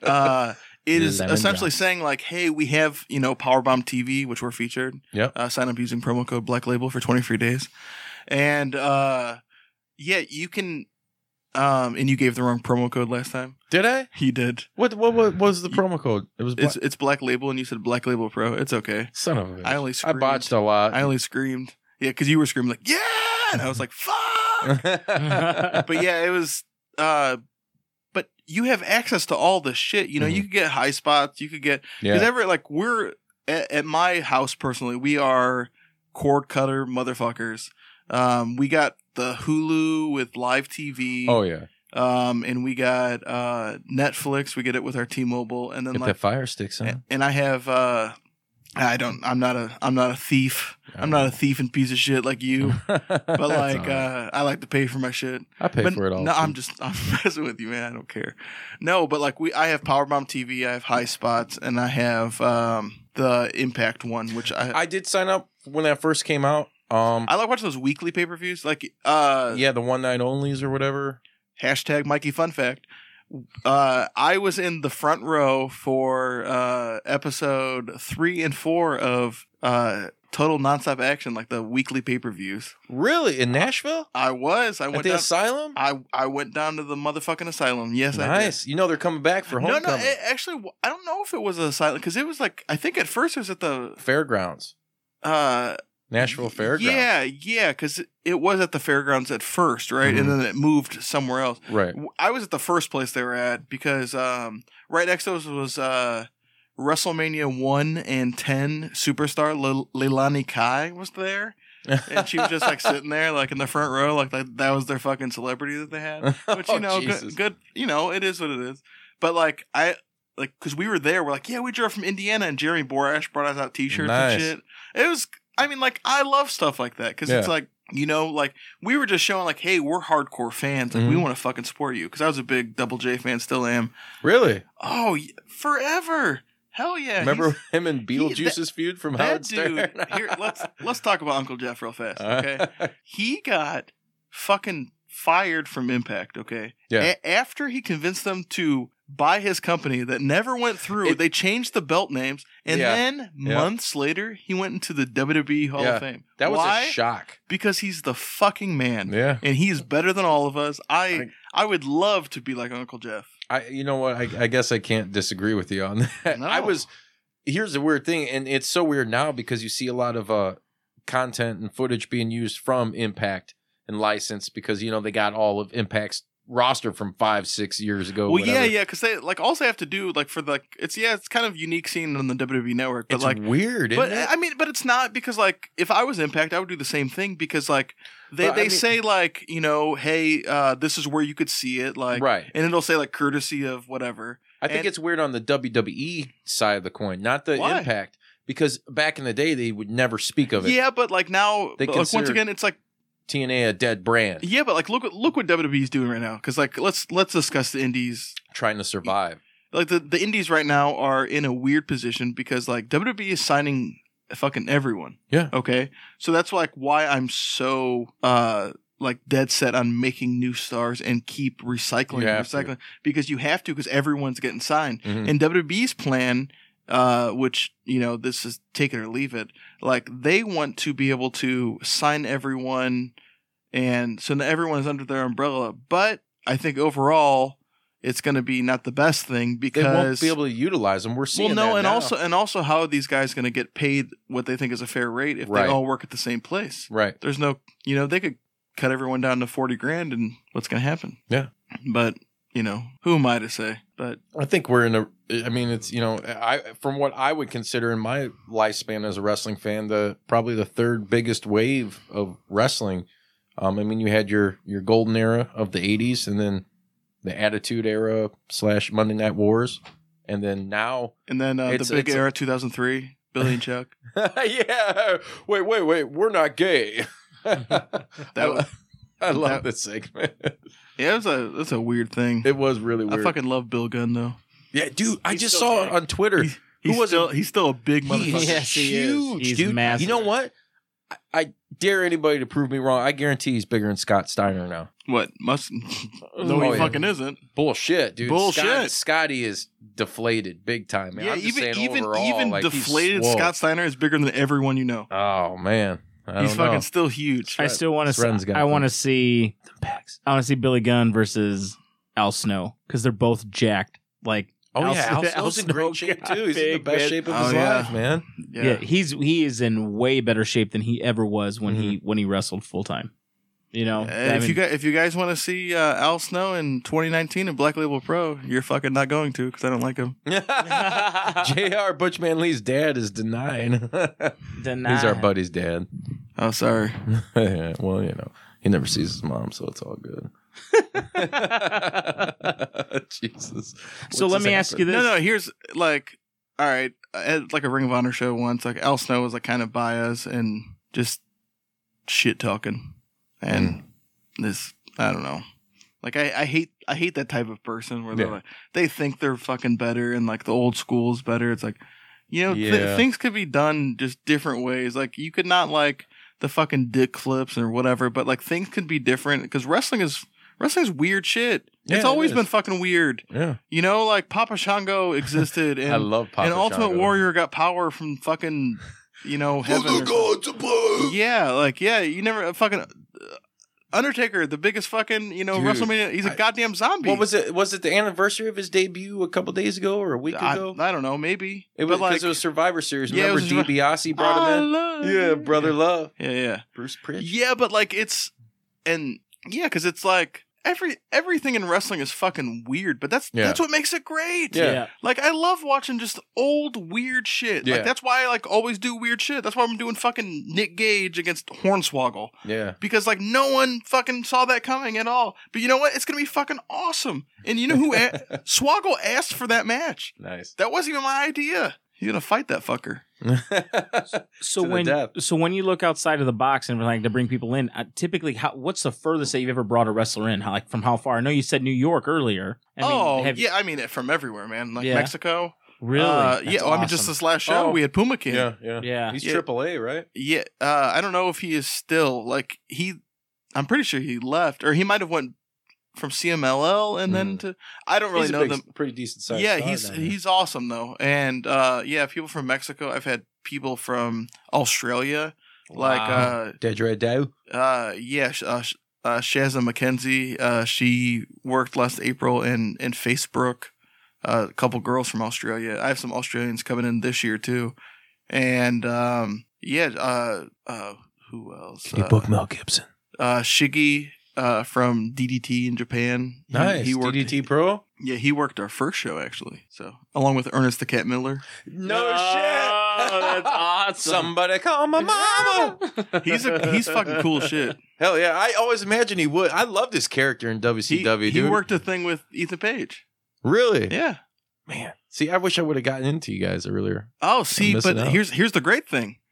Speaker 5: uh it is
Speaker 3: Lemon
Speaker 5: essentially saying like, "Hey, we have you know Powerbomb TV, which we're featured.
Speaker 2: Yep.
Speaker 5: Uh, sign up using promo code Black Label for twenty free days, and uh, yeah, you can. Um, and you gave the wrong promo code last time.
Speaker 2: Did I?
Speaker 5: He did.
Speaker 2: What, what what was the promo code? It was
Speaker 5: It's it's Black Label, and you said Black Label Pro. It's okay.
Speaker 2: son of a.
Speaker 5: I only
Speaker 2: I
Speaker 5: screamed.
Speaker 2: botched a lot. [LAUGHS]
Speaker 5: I [LAUGHS] only screamed. Yeah, because you were screaming like, "Yeah!" and I was like, "Fuck!" but yeah, it was. Uh, but you have access to all this shit. You know,
Speaker 2: Mm-hmm.
Speaker 5: you could get high spots. You could get Because every like we're at, at my house personally, we are cord cutter motherfuckers. Um, we got the Hulu with live TV.
Speaker 2: oh yeah.
Speaker 5: Um, and we got uh, Netflix. We get it with our T-Mobile, and then
Speaker 2: Get
Speaker 5: like
Speaker 2: that fire stick, son.
Speaker 5: and, and I have uh I don't I'm not a I'm not a thief. I'm not
Speaker 2: Oh.
Speaker 5: a thief and piece of shit like
Speaker 2: [LAUGHS]
Speaker 5: you. But like uh I like to pay for my shit.
Speaker 2: I pay
Speaker 5: but
Speaker 2: for it all.
Speaker 5: No, I'm
Speaker 2: too.
Speaker 5: just [LAUGHS] I'm messing with you, man. I don't care. No, but like we I have Powerbomb TV, I have High Spots, and I have um the Impact one, which I I,
Speaker 2: I did sign up when that first came out. Um,
Speaker 5: like watching those weekly pay-per-views. Like uh
Speaker 2: yeah, the one night onlys or whatever.
Speaker 5: hashtag Mikey Fun Fact. Uh, I was in the front row for uh, episode three and four of uh, Total Nonstop Action, like the weekly pay per views.
Speaker 2: Really in Nashville
Speaker 5: I was. I
Speaker 2: at
Speaker 5: went
Speaker 2: the
Speaker 5: down.
Speaker 2: asylum?
Speaker 5: I I went down to the motherfucking asylum. Yes,
Speaker 2: nice. You know they're coming back for
Speaker 5: I did. No,
Speaker 2: homecoming.
Speaker 5: no. It, actually, I don't know if it was an asylum because it was like I think at first it was at the
Speaker 2: fairgrounds,
Speaker 5: uh,
Speaker 2: Nashville fairgrounds.
Speaker 5: Yeah, yeah, because it was at the fairgrounds at first, right, and then it moved somewhere else.
Speaker 2: Mm-hmm. right.
Speaker 5: W- I was at the first place they were at because um, right next to us was uh, WrestleMania one and ten superstar Lil Leilani Kai was there, and she was just
Speaker 2: [LAUGHS]
Speaker 5: like sitting there, like in the front row, like that, that was their fucking celebrity that they had. [LAUGHS] But
Speaker 2: Oh,
Speaker 5: you know,
Speaker 2: Jesus.
Speaker 5: good, good, you know, it is what it is. But like I like because we were there, we're like, yeah, we drove from Indiana, and Jeremy Borash brought us out T-shirts
Speaker 2: Nice.
Speaker 5: and shit. It was, I mean, like I love stuff like that because it's
Speaker 2: Yeah.
Speaker 5: like you know, like we were just showing like, hey, we're hardcore fans, like we
Speaker 2: Mhm.
Speaker 5: want to fucking support you because I was a big Double J fan, still am.
Speaker 2: Really?
Speaker 5: Oh, y- forever, hell yeah!
Speaker 2: Remember
Speaker 5: he's-
Speaker 2: him and
Speaker 5: he-
Speaker 2: Beetlejuice's feud from
Speaker 5: that
Speaker 2: Howard
Speaker 5: dude?
Speaker 2: Stern?
Speaker 5: here,
Speaker 2: [LAUGHS]
Speaker 5: let's let's talk about Uncle Jeff real fast. Okay,
Speaker 2: Uh,
Speaker 5: he got fucking fired from Impact. Okay,
Speaker 2: Yeah.
Speaker 5: A- after he convinced them to buy his company that never went through,
Speaker 2: It-
Speaker 5: they changed the belt names, and
Speaker 2: Yeah.
Speaker 5: then
Speaker 2: Yeah.
Speaker 5: months later, he went into the WWE Hall
Speaker 2: Yeah.
Speaker 5: of Fame.
Speaker 2: that was
Speaker 5: Why?
Speaker 2: a shock.
Speaker 5: because he's the fucking man.
Speaker 2: Yeah.
Speaker 5: And he is better than all of us. I I would love to be like Uncle Jeff.
Speaker 2: I you know what I, I guess I can't disagree with you on [LAUGHS] that.
Speaker 5: No.
Speaker 2: [LAUGHS] I was here's the weird thing, and it's so weird now because you see a lot of uh content and footage being used from Impact and license because you know they got all of Impact's roster from five six years ago.
Speaker 5: well, yeah,
Speaker 2: whatever.
Speaker 5: yeah, because they like all they have to do like for the like, it's yeah, it's kind of unique scene on the WWE network, but
Speaker 2: It's
Speaker 5: like,
Speaker 2: weird,
Speaker 5: but
Speaker 2: isn't it?
Speaker 5: I mean, but it's not because like if I was Impact, I would do the same thing because like they
Speaker 2: But, I
Speaker 5: they
Speaker 2: mean-
Speaker 5: say like you know hey uh this is where you could see it like
Speaker 2: right.
Speaker 5: and it'll say like courtesy of whatever
Speaker 2: I think
Speaker 5: And-
Speaker 2: it's weird on the WWE side of the coin, not the
Speaker 5: Why?
Speaker 2: Impact, because back in the day they would never speak of it.
Speaker 5: yeah, but like now
Speaker 2: They
Speaker 5: but, like, once
Speaker 2: consider-
Speaker 5: again it's like
Speaker 2: TNA a dead brand,
Speaker 5: yeah, but like look what look what WWE's doing right now because like let's let's discuss the indies
Speaker 2: trying to survive.
Speaker 5: like the, the indies right now are in a weird position because like WWE is signing fucking everyone.
Speaker 2: Yeah.
Speaker 5: Okay. So that's like why I'm so uh like dead set on making new stars and keep recycling
Speaker 2: You have to.
Speaker 5: recycling because you have to because everyone's getting signed.
Speaker 2: Mhm.
Speaker 5: And WWE's plan uh which you know this is take it or leave it like they want to be able to sign everyone and so now everyone is under their umbrella but I think overall it's going to be not the best thing
Speaker 2: They
Speaker 5: because
Speaker 2: won't be able to utilize them. We're
Speaker 5: well,
Speaker 2: seeing
Speaker 5: no,
Speaker 2: that
Speaker 5: and
Speaker 2: now.
Speaker 5: also and also how are these guys going to get paid what they think is a fair rate if
Speaker 2: Right.
Speaker 5: they all work at the same place?
Speaker 2: right.
Speaker 5: There's no, you know, they could cut everyone down to forty grand, and what's going to happen?
Speaker 2: Yeah.
Speaker 5: but you know, who am I to say? But
Speaker 2: I think we're in a. I mean, it's you know, I from what I would consider in my lifespan as a wrestling fan, the probably the third biggest wave of wrestling. Um, I mean, you had your your golden era of the '80s, and then the Attitude Era slash Monday Night Wars, and then now. [LAUGHS]
Speaker 5: and then uh,
Speaker 2: It's-
Speaker 5: the big
Speaker 2: it's-
Speaker 5: era, two thousand three, Billy and Chuck.
Speaker 2: yeah. Wait, wait, wait. We're not gay. [LAUGHS] that [LAUGHS] I,
Speaker 5: was-
Speaker 2: I love
Speaker 5: that-
Speaker 2: this segment. [LAUGHS]
Speaker 5: Yeah, it was a that's a weird thing.
Speaker 2: It was really
Speaker 5: I
Speaker 2: weird.
Speaker 5: fucking love Bill Gunn though.
Speaker 2: yeah, dude. I just
Speaker 7: still
Speaker 2: saw
Speaker 7: gay.
Speaker 2: it on Twitter.
Speaker 5: He's- He's
Speaker 2: was
Speaker 5: still
Speaker 2: a-
Speaker 5: he's still a big
Speaker 2: He
Speaker 5: motherfucker.
Speaker 2: is
Speaker 7: Yes, he is.
Speaker 2: huge,
Speaker 7: He's
Speaker 2: dude.
Speaker 7: massive.
Speaker 2: You know what? I, I dare anybody to prove me wrong. I guarantee he's bigger than Scott Steiner now.
Speaker 5: What must? [LAUGHS] no,
Speaker 2: Oh,
Speaker 5: he
Speaker 2: yeah.
Speaker 5: fucking isn't.
Speaker 2: Bullshit, dude.
Speaker 5: Bullshit.
Speaker 2: Scott- Scotty is deflated big time, man. I'm just
Speaker 5: even
Speaker 2: saying
Speaker 5: even
Speaker 2: overall,
Speaker 5: even
Speaker 2: like, he's
Speaker 5: deflated
Speaker 2: swole.
Speaker 5: Scott Steiner is bigger than everyone you know.
Speaker 2: Oh man, I
Speaker 5: He's
Speaker 2: don't
Speaker 5: fucking
Speaker 2: know.
Speaker 5: still huge.
Speaker 7: I still want to.
Speaker 2: Sren's
Speaker 7: See,
Speaker 2: got
Speaker 7: I want to
Speaker 2: them.
Speaker 7: see. I want to see Billy Gunn versus Al Snow because they're both jacked. Like,
Speaker 2: Oh yeah,
Speaker 7: Al-
Speaker 2: Al [LAUGHS] Snow's in
Speaker 7: Al Snow
Speaker 5: [LAUGHS]
Speaker 2: great shape
Speaker 7: got
Speaker 2: too. He's in the
Speaker 7: big,
Speaker 2: best
Speaker 7: man.
Speaker 2: shape of
Speaker 5: Oh,
Speaker 2: his
Speaker 5: yeah.
Speaker 2: life,
Speaker 5: [LAUGHS]
Speaker 2: man. [LAUGHS]
Speaker 7: yeah. he's he is in way better shape than he ever was when he when he wrestled full time. You know,
Speaker 5: Uh,
Speaker 7: I
Speaker 5: Mm-hmm. if
Speaker 7: mean,
Speaker 5: you guys if you guys want to see uh, Al Snow in 2019 in Black Label Pro, you're fucking not going to because I don't like him.
Speaker 2: J.R. Butchman Lee's dad is denying. [LAUGHS]
Speaker 7: deny-
Speaker 2: He's our buddy's dad.
Speaker 5: Oh, sorry.
Speaker 2: [LAUGHS] well, you know, he never sees his mom, so it's all good. [LAUGHS] Jesus.
Speaker 7: so
Speaker 2: What's
Speaker 7: let
Speaker 2: this
Speaker 7: me ask
Speaker 2: happened?
Speaker 7: you this.
Speaker 5: No, no. Here's like, all right, at like a Ring of Honor show once, like Al Snow was like kind of biased and just shit talking, and this I don't know. Like I, I hate I hate that type of person where they're
Speaker 2: Yeah.
Speaker 5: like they think they're fucking better and like the old school's better. It's like you know th-
Speaker 2: Yeah.
Speaker 5: things could be done just different ways. Like you could not like the fucking dick flips or whatever, but like things could be different because wrestling is wrestling's weird shit.
Speaker 2: Yeah,
Speaker 5: it's
Speaker 2: it
Speaker 5: always
Speaker 2: is.
Speaker 5: been fucking weird.
Speaker 2: Yeah.
Speaker 5: You know, like Papa Shango
Speaker 2: [LAUGHS]
Speaker 5: existed and
Speaker 2: I love Papa
Speaker 5: and Ultimate
Speaker 2: Shango.
Speaker 5: Warrior got power from fucking you know heaven. or something. yeah, like yeah, you never uh, fucking Undertaker, the biggest fucking you know
Speaker 2: Dude,
Speaker 5: WrestleMania. He's a
Speaker 2: I-
Speaker 5: goddamn zombie.
Speaker 2: What was it? Was it the anniversary of his debut a couple days ago or a week
Speaker 5: I,
Speaker 2: ago?
Speaker 5: I don't know. Maybe
Speaker 2: it was
Speaker 5: But,
Speaker 2: because it was Survivor Series.
Speaker 5: Yeah, it
Speaker 2: Remember
Speaker 5: was-
Speaker 2: DiBiase brought
Speaker 5: I
Speaker 2: him
Speaker 5: love-
Speaker 2: in? Yeah, brother love.
Speaker 5: Yeah, yeah,
Speaker 2: Bruce Pritch.
Speaker 5: yeah. But like it's and yeah, because it's like every everything in wrestling is fucking weird. But that's
Speaker 2: Yeah.
Speaker 5: that's what makes it great.
Speaker 2: Yeah.
Speaker 5: Like I love watching just old weird shit.
Speaker 2: Yeah.
Speaker 5: Like that's why I like always do weird shit. That's why I'm doing fucking Nick Gage against Hornswoggle
Speaker 2: Yeah.
Speaker 5: because like no one fucking saw that coming at all. But you know what? It's gonna be fucking awesome. And you know who a-
Speaker 2: [LAUGHS]
Speaker 5: Swoggle asked for that match?
Speaker 2: Nice.
Speaker 5: That wasn't even my idea. He's gonna fight that fucker.
Speaker 7: so
Speaker 2: to the
Speaker 7: when
Speaker 2: depth.
Speaker 7: so when you look outside of the box and like to bring people in, uh, typically, how, what's the furthest that you've ever brought a wrestler in? How, like from how far? I know you said New York earlier. I mean,
Speaker 5: oh
Speaker 7: have-
Speaker 5: yeah, I mean it from everywhere, man. Like
Speaker 7: Yeah.
Speaker 5: Mexico.
Speaker 7: really?
Speaker 5: Uh,
Speaker 7: That's
Speaker 5: yeah. oh, I mean just
Speaker 7: awesome.
Speaker 5: this last show
Speaker 2: Oh.
Speaker 5: we had Puma King.
Speaker 2: Yeah. Yeah. [LAUGHS]
Speaker 7: yeah. [LAUGHS]
Speaker 2: He's
Speaker 5: Yeah.
Speaker 2: triple A, right?
Speaker 5: Yeah, uh, I don't know if he is still like he. I'm pretty sure he left, or he might have went from CMLL and then
Speaker 2: Mm.
Speaker 5: to. I don't really
Speaker 2: he's
Speaker 5: know
Speaker 2: a big,
Speaker 5: them.
Speaker 2: pretty decent size.
Speaker 5: Yeah, he's he's awesome though, and uh, yeah, people from Mexico. I've had people from Australia, like uh,
Speaker 2: Dead Red Dow.
Speaker 5: uh, yeah, sh- uh, sh- uh, Shazza McKenzie. Uh, she worked last April in in Facebook. Uh, a couple girls from Australia. I have some Australians coming in this year too, and um, yeah, uh, uh, who else? uh,
Speaker 6: Mel Gibson?
Speaker 5: uh, Shiggy uh, from DDT in Japan. He-
Speaker 2: Nice.
Speaker 5: He, worked.
Speaker 2: DDT Pro.
Speaker 5: Yeah, he worked our first show actually. So along with Ernest the Cat Miller,
Speaker 2: No [LAUGHS]
Speaker 7: Oh, that's awesome.
Speaker 2: Somebody call my mama.
Speaker 5: he's a, he's fucking cool shit.
Speaker 2: [LAUGHS] Hell yeah! I always imagined he would. I loved his character in
Speaker 5: He,
Speaker 2: WCW.
Speaker 5: he
Speaker 2: dude.
Speaker 5: worked a thing with Ethan Page.
Speaker 2: really.
Speaker 5: Yeah.
Speaker 2: Man, see, I wish I would have gotten into you guys earlier.
Speaker 5: Oh, see,
Speaker 2: missing
Speaker 5: but
Speaker 2: out.
Speaker 5: here's here's the great thing.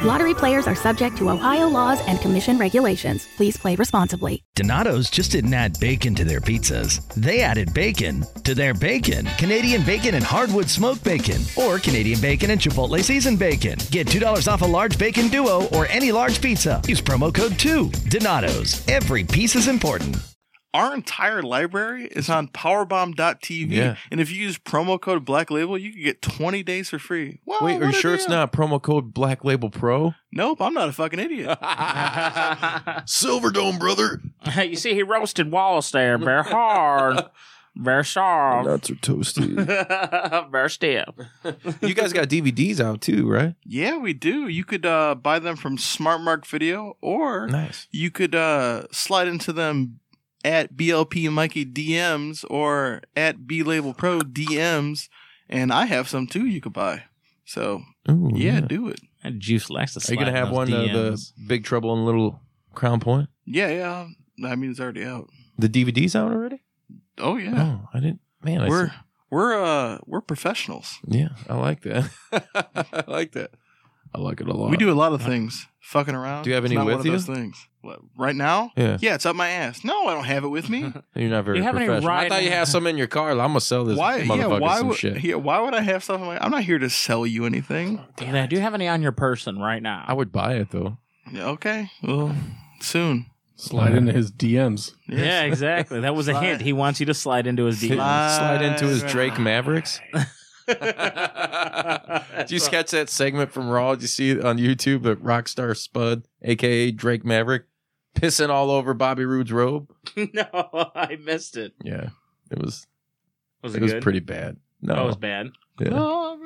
Speaker 8: Lottery players are subject to Ohio laws and commission regulations. Please play responsibly.
Speaker 9: Donato's just didn't add bacon to their pizzas. They added bacon to their bacon. Canadian bacon and hardwood smoked bacon, or Canadian bacon and Chipotle seasoned bacon. Get $2 off a large bacon duo or any large pizza. Use promo code 2. Donato's. Every piece is important.
Speaker 5: Our entire library is on powerbomb.tv.
Speaker 2: Yeah.
Speaker 5: And if you use promo code Black Label, you can get 20 days for free. Wow,
Speaker 2: Wait, are you
Speaker 5: what a
Speaker 2: sure it's
Speaker 5: deal.
Speaker 2: not promo code Black Label Pro?
Speaker 5: Nope, I'm not a
Speaker 2: [LAUGHS]
Speaker 5: fucking idiot.
Speaker 2: Silverdome, brother.
Speaker 7: you see, he roasted Wallace there
Speaker 2: [LAUGHS]
Speaker 7: very hard, very soft,
Speaker 2: Nuts are [LAUGHS]
Speaker 7: [LAUGHS]
Speaker 2: toasty.
Speaker 7: very stiff.
Speaker 2: you guys
Speaker 5: [LAUGHS]
Speaker 2: got DVDs out too, right?
Speaker 5: yeah, we do. You could uh, buy them from Smart Mark Video or
Speaker 2: Nice.
Speaker 5: you could uh, slide into them at BLP Mikey DMs or at B Label Pro DMs. And I have some too you could buy. So,
Speaker 2: Ooh,
Speaker 5: yeah, do it.
Speaker 7: That juice likes to
Speaker 2: Are you
Speaker 7: slide
Speaker 2: gonna
Speaker 7: in
Speaker 2: have
Speaker 7: those
Speaker 2: one of the [LAUGHS]
Speaker 7: DMs.
Speaker 2: Big Trouble in Little Crown Point?
Speaker 5: Yeah, yeah. I mean, it's already out.
Speaker 2: The DVDs out already?
Speaker 5: Oh, yeah.
Speaker 2: Oh, I didn't. Man, I
Speaker 5: we're
Speaker 2: see-
Speaker 5: we're uh we're professionals.
Speaker 2: yeah, I like that. [LAUGHS] I like that. I like it a lot.
Speaker 5: We do a lot of things. Fucking around.
Speaker 2: Do you have
Speaker 5: It's
Speaker 2: any
Speaker 5: not
Speaker 2: with
Speaker 5: one of
Speaker 2: you?
Speaker 5: those things. What, right now?
Speaker 2: Yeah.
Speaker 5: Yeah, it's up my ass. No, I don't have it
Speaker 2: [LAUGHS]
Speaker 5: with me.
Speaker 2: You're not very
Speaker 7: You have any
Speaker 2: professional. I
Speaker 7: right-
Speaker 2: thought you had some in your car. I'm gonna sell this
Speaker 5: why? Yeah.
Speaker 2: motherfucker
Speaker 5: Why
Speaker 2: some
Speaker 5: would?
Speaker 2: shit.
Speaker 5: Yeah. Why would I have something like? I'm not here to sell you anything.
Speaker 7: Yeah, do you have any on your person right now?
Speaker 2: I would buy it though.
Speaker 5: Yeah, okay. Well, soon.
Speaker 4: Slide into his DMs.
Speaker 2: [LAUGHS]
Speaker 7: Yeah, exactly. That was a
Speaker 5: Slide.
Speaker 7: hint. He wants you to slide into his DMs. [LAUGHS]
Speaker 5: Slide.
Speaker 2: Slide into his
Speaker 5: Slide.
Speaker 2: Drake Mavericks. Did you sketch that segment from Raw? Did you see it on YouTube that Rockstar Spud, aka Drake Maverick, pissing all over Bobby Roode's robe?
Speaker 7: no, I missed it.
Speaker 2: Yeah, it was.
Speaker 7: Was
Speaker 2: it was pretty bad. No.
Speaker 5: Oh.
Speaker 7: That was bad.
Speaker 2: Oh,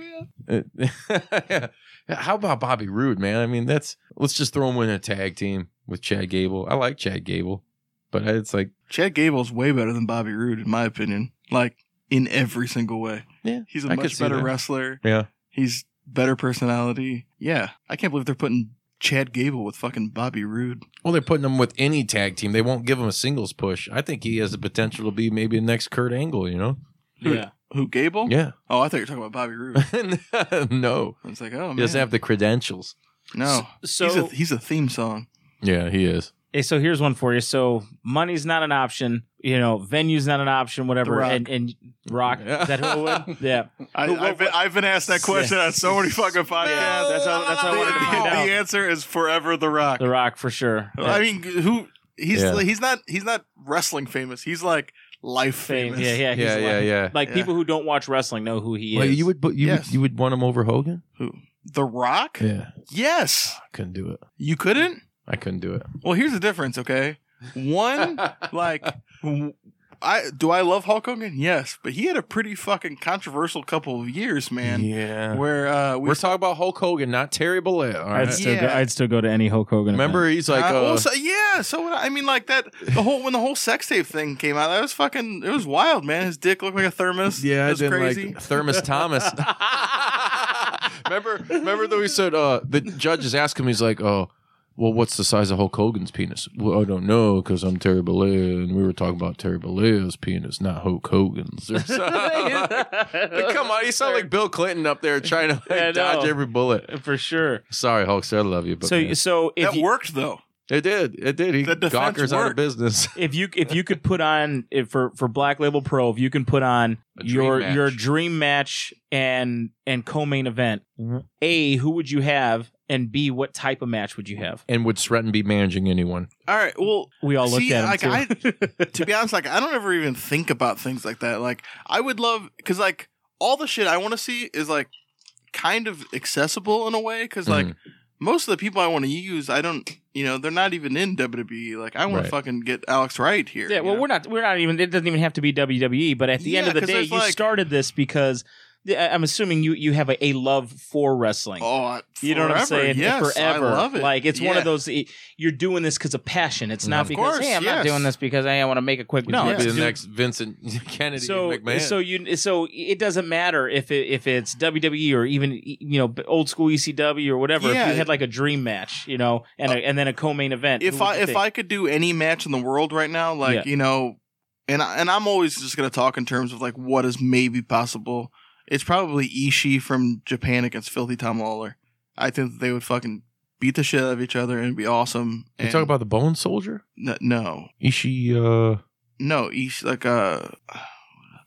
Speaker 2: [LAUGHS] yeah. How about Bobby Roode, man? I mean, that's let's just throw him in a tag team with Chad Gable. I like Chad Gable, but it's like
Speaker 5: Chad Gable's way better than Bobby Roode, in my opinion. Like in every single way.
Speaker 2: yeah,
Speaker 5: He's a
Speaker 2: I could
Speaker 5: much
Speaker 2: see
Speaker 5: better
Speaker 2: that.
Speaker 5: wrestler.
Speaker 2: Yeah,
Speaker 5: He's better personality. Yeah. I can't believe they're putting Chad Gable with fucking Bobby Roode.
Speaker 2: well, they're putting him with any tag team. They won't give him a singles push. I think he has the potential to be maybe the next Kurt Angle. You know?
Speaker 5: Who-
Speaker 7: Yeah.
Speaker 5: Who Gable?
Speaker 2: Yeah.
Speaker 5: Oh, I thought you were talking about Bobby Roode.
Speaker 2: [LAUGHS] no,
Speaker 5: I was
Speaker 2: [LAUGHS]
Speaker 5: like, oh man.
Speaker 2: he doesn't have the credentials.
Speaker 5: no.
Speaker 7: So
Speaker 5: he's a he's a theme song.
Speaker 2: Yeah, he is.
Speaker 7: Hey, so here's one for you. So money's not an option. You know, venue's not an option. Whatever.
Speaker 5: Rock.
Speaker 7: And and rock.
Speaker 2: Yeah.
Speaker 7: Is that who it
Speaker 5: [LAUGHS]
Speaker 7: would? Yeah.
Speaker 5: I,
Speaker 7: Who- what-
Speaker 5: I've, been, I've been asked that question on so many fucking podcasts.
Speaker 7: that's how- that's how I wanted to find
Speaker 5: The-
Speaker 7: out.
Speaker 5: The answer is forever The Rock.
Speaker 7: The Rock for sure.
Speaker 5: I mean, who? He's
Speaker 2: Yeah.
Speaker 5: he's not he's not wrestling famous. He's like life
Speaker 7: Fame.
Speaker 5: famous.
Speaker 7: Yeah, yeah, he's
Speaker 2: Yeah,
Speaker 7: like,
Speaker 2: yeah, yeah.
Speaker 7: Like
Speaker 5: Yeah.
Speaker 7: people who don't watch wrestling know who he is.
Speaker 2: Like, you would, but you
Speaker 5: Yes.
Speaker 2: would, you would want him over Hogan?
Speaker 5: Who? The Rock?
Speaker 2: Yeah,
Speaker 5: Yes.
Speaker 2: I couldn't do it.
Speaker 5: You couldn't?
Speaker 2: I couldn't do it.
Speaker 5: Well, here's the difference. Okay,
Speaker 7: [LAUGHS]
Speaker 5: one
Speaker 2: [LAUGHS]
Speaker 5: like. w- I do I love Hulk Hogan? Yes, but he had a pretty fucking controversial couple of years, man.
Speaker 2: yeah.
Speaker 5: Where uh, we
Speaker 2: We're talking about Hulk Hogan, not Terry Bollea. All
Speaker 7: I'd
Speaker 2: right.
Speaker 7: still go,
Speaker 5: Yeah.
Speaker 7: I'd still go to any Hulk Hogan. event.
Speaker 2: Remember, he's like,
Speaker 5: Uh,
Speaker 2: uh,
Speaker 5: well, so- yeah, so what, I mean, like that. The whole when the whole sex tape thing came out, that was fucking. It was wild, man. His dick looked like a thermos.
Speaker 2: yeah,
Speaker 5: it
Speaker 2: I
Speaker 5: was
Speaker 2: didn't
Speaker 5: crazy.
Speaker 2: like Thermos Thomas. [LAUGHS] remember, remember that we said uh, the judge is asking him. He's like, oh. Well, what's the size of Hulk Hogan's penis? Well, I don't know because I'm Terry Bollea, and we were talking about Terry Bollea's penis, not Hulk Hogan's. [LAUGHS] Or something. Come on, you sound like Bill Clinton up there trying to like,
Speaker 7: Yeah, I
Speaker 2: dodge
Speaker 7: know.
Speaker 2: every bullet.
Speaker 7: for sure.
Speaker 2: Sorry, Hulkster, I love you, but
Speaker 7: So
Speaker 2: man.
Speaker 7: so if
Speaker 5: that
Speaker 7: you,
Speaker 5: worked though.
Speaker 2: it did, it did. He
Speaker 5: The defense
Speaker 2: Gawker's out of
Speaker 5: worked.
Speaker 2: business. [LAUGHS]
Speaker 7: if you if you could put on if for for Black Label Pro, if you can put on
Speaker 2: A dream
Speaker 7: your
Speaker 2: match.
Speaker 7: your dream match and and co-main event, a who would you have, and b what type of match would you have?
Speaker 2: And would Stratton be managing anyone?
Speaker 5: All right. Well,
Speaker 7: We all looked
Speaker 5: See,
Speaker 7: at [LAUGHS] him
Speaker 5: like,
Speaker 7: too.
Speaker 5: to be honest, like I don't ever even think about things like that. Like I would love because like all the shit I want to see is like kind of accessible in a way because like
Speaker 2: Mhm.
Speaker 5: most of the people I want to use, I don't. You know, they're not even in WWE. Like I want
Speaker 2: Right.
Speaker 5: to fucking get Alex Wright here.
Speaker 7: Yeah,
Speaker 5: you
Speaker 7: well,
Speaker 5: know?
Speaker 7: we're not we're not even. It doesn't even have to be WWE. But at the end
Speaker 5: Yeah,
Speaker 7: of the
Speaker 5: 'cause
Speaker 7: day,
Speaker 5: there's
Speaker 7: you
Speaker 5: like-
Speaker 7: started this because I- I'm assuming you you have a, a love for wrestling.
Speaker 5: Oh, I-
Speaker 7: You know what I'm
Speaker 5: forever,
Speaker 7: saying?
Speaker 5: Yes,
Speaker 7: forever.
Speaker 5: I love it.
Speaker 7: Like it's one of
Speaker 5: Yeah. Mm-hmm.
Speaker 7: those. it- You're doing this because of passion. It's not
Speaker 2: Of
Speaker 7: because
Speaker 5: course,
Speaker 7: hey, I'm not
Speaker 5: yes.
Speaker 7: doing this because hey, I want to make a quick.
Speaker 2: Would
Speaker 7: No,
Speaker 2: you
Speaker 7: it's
Speaker 2: be the
Speaker 7: just-
Speaker 2: next Vincent [LAUGHS] Kennedy
Speaker 7: so
Speaker 2: McMahon.
Speaker 7: so you so it doesn't matter if it, if it's WWE or even you know old school ECW or whatever.
Speaker 5: Yeah.
Speaker 7: If you had like a dream match, you know, and a, and then a co-main event.
Speaker 5: if I if I could do any match in the world right now, like
Speaker 7: Yeah.
Speaker 5: you know, and I, and I'm always just gonna talk in terms of like what is maybe possible. It's probably Ishii from Japan against Filthy Tom Lawler. I think that they would fucking beat the shit out of each other and it'd be awesome.
Speaker 2: you
Speaker 5: And
Speaker 2: talk about the Bone Soldier?
Speaker 5: no, no,
Speaker 2: Ishii, uh,
Speaker 5: no Ishi like uh,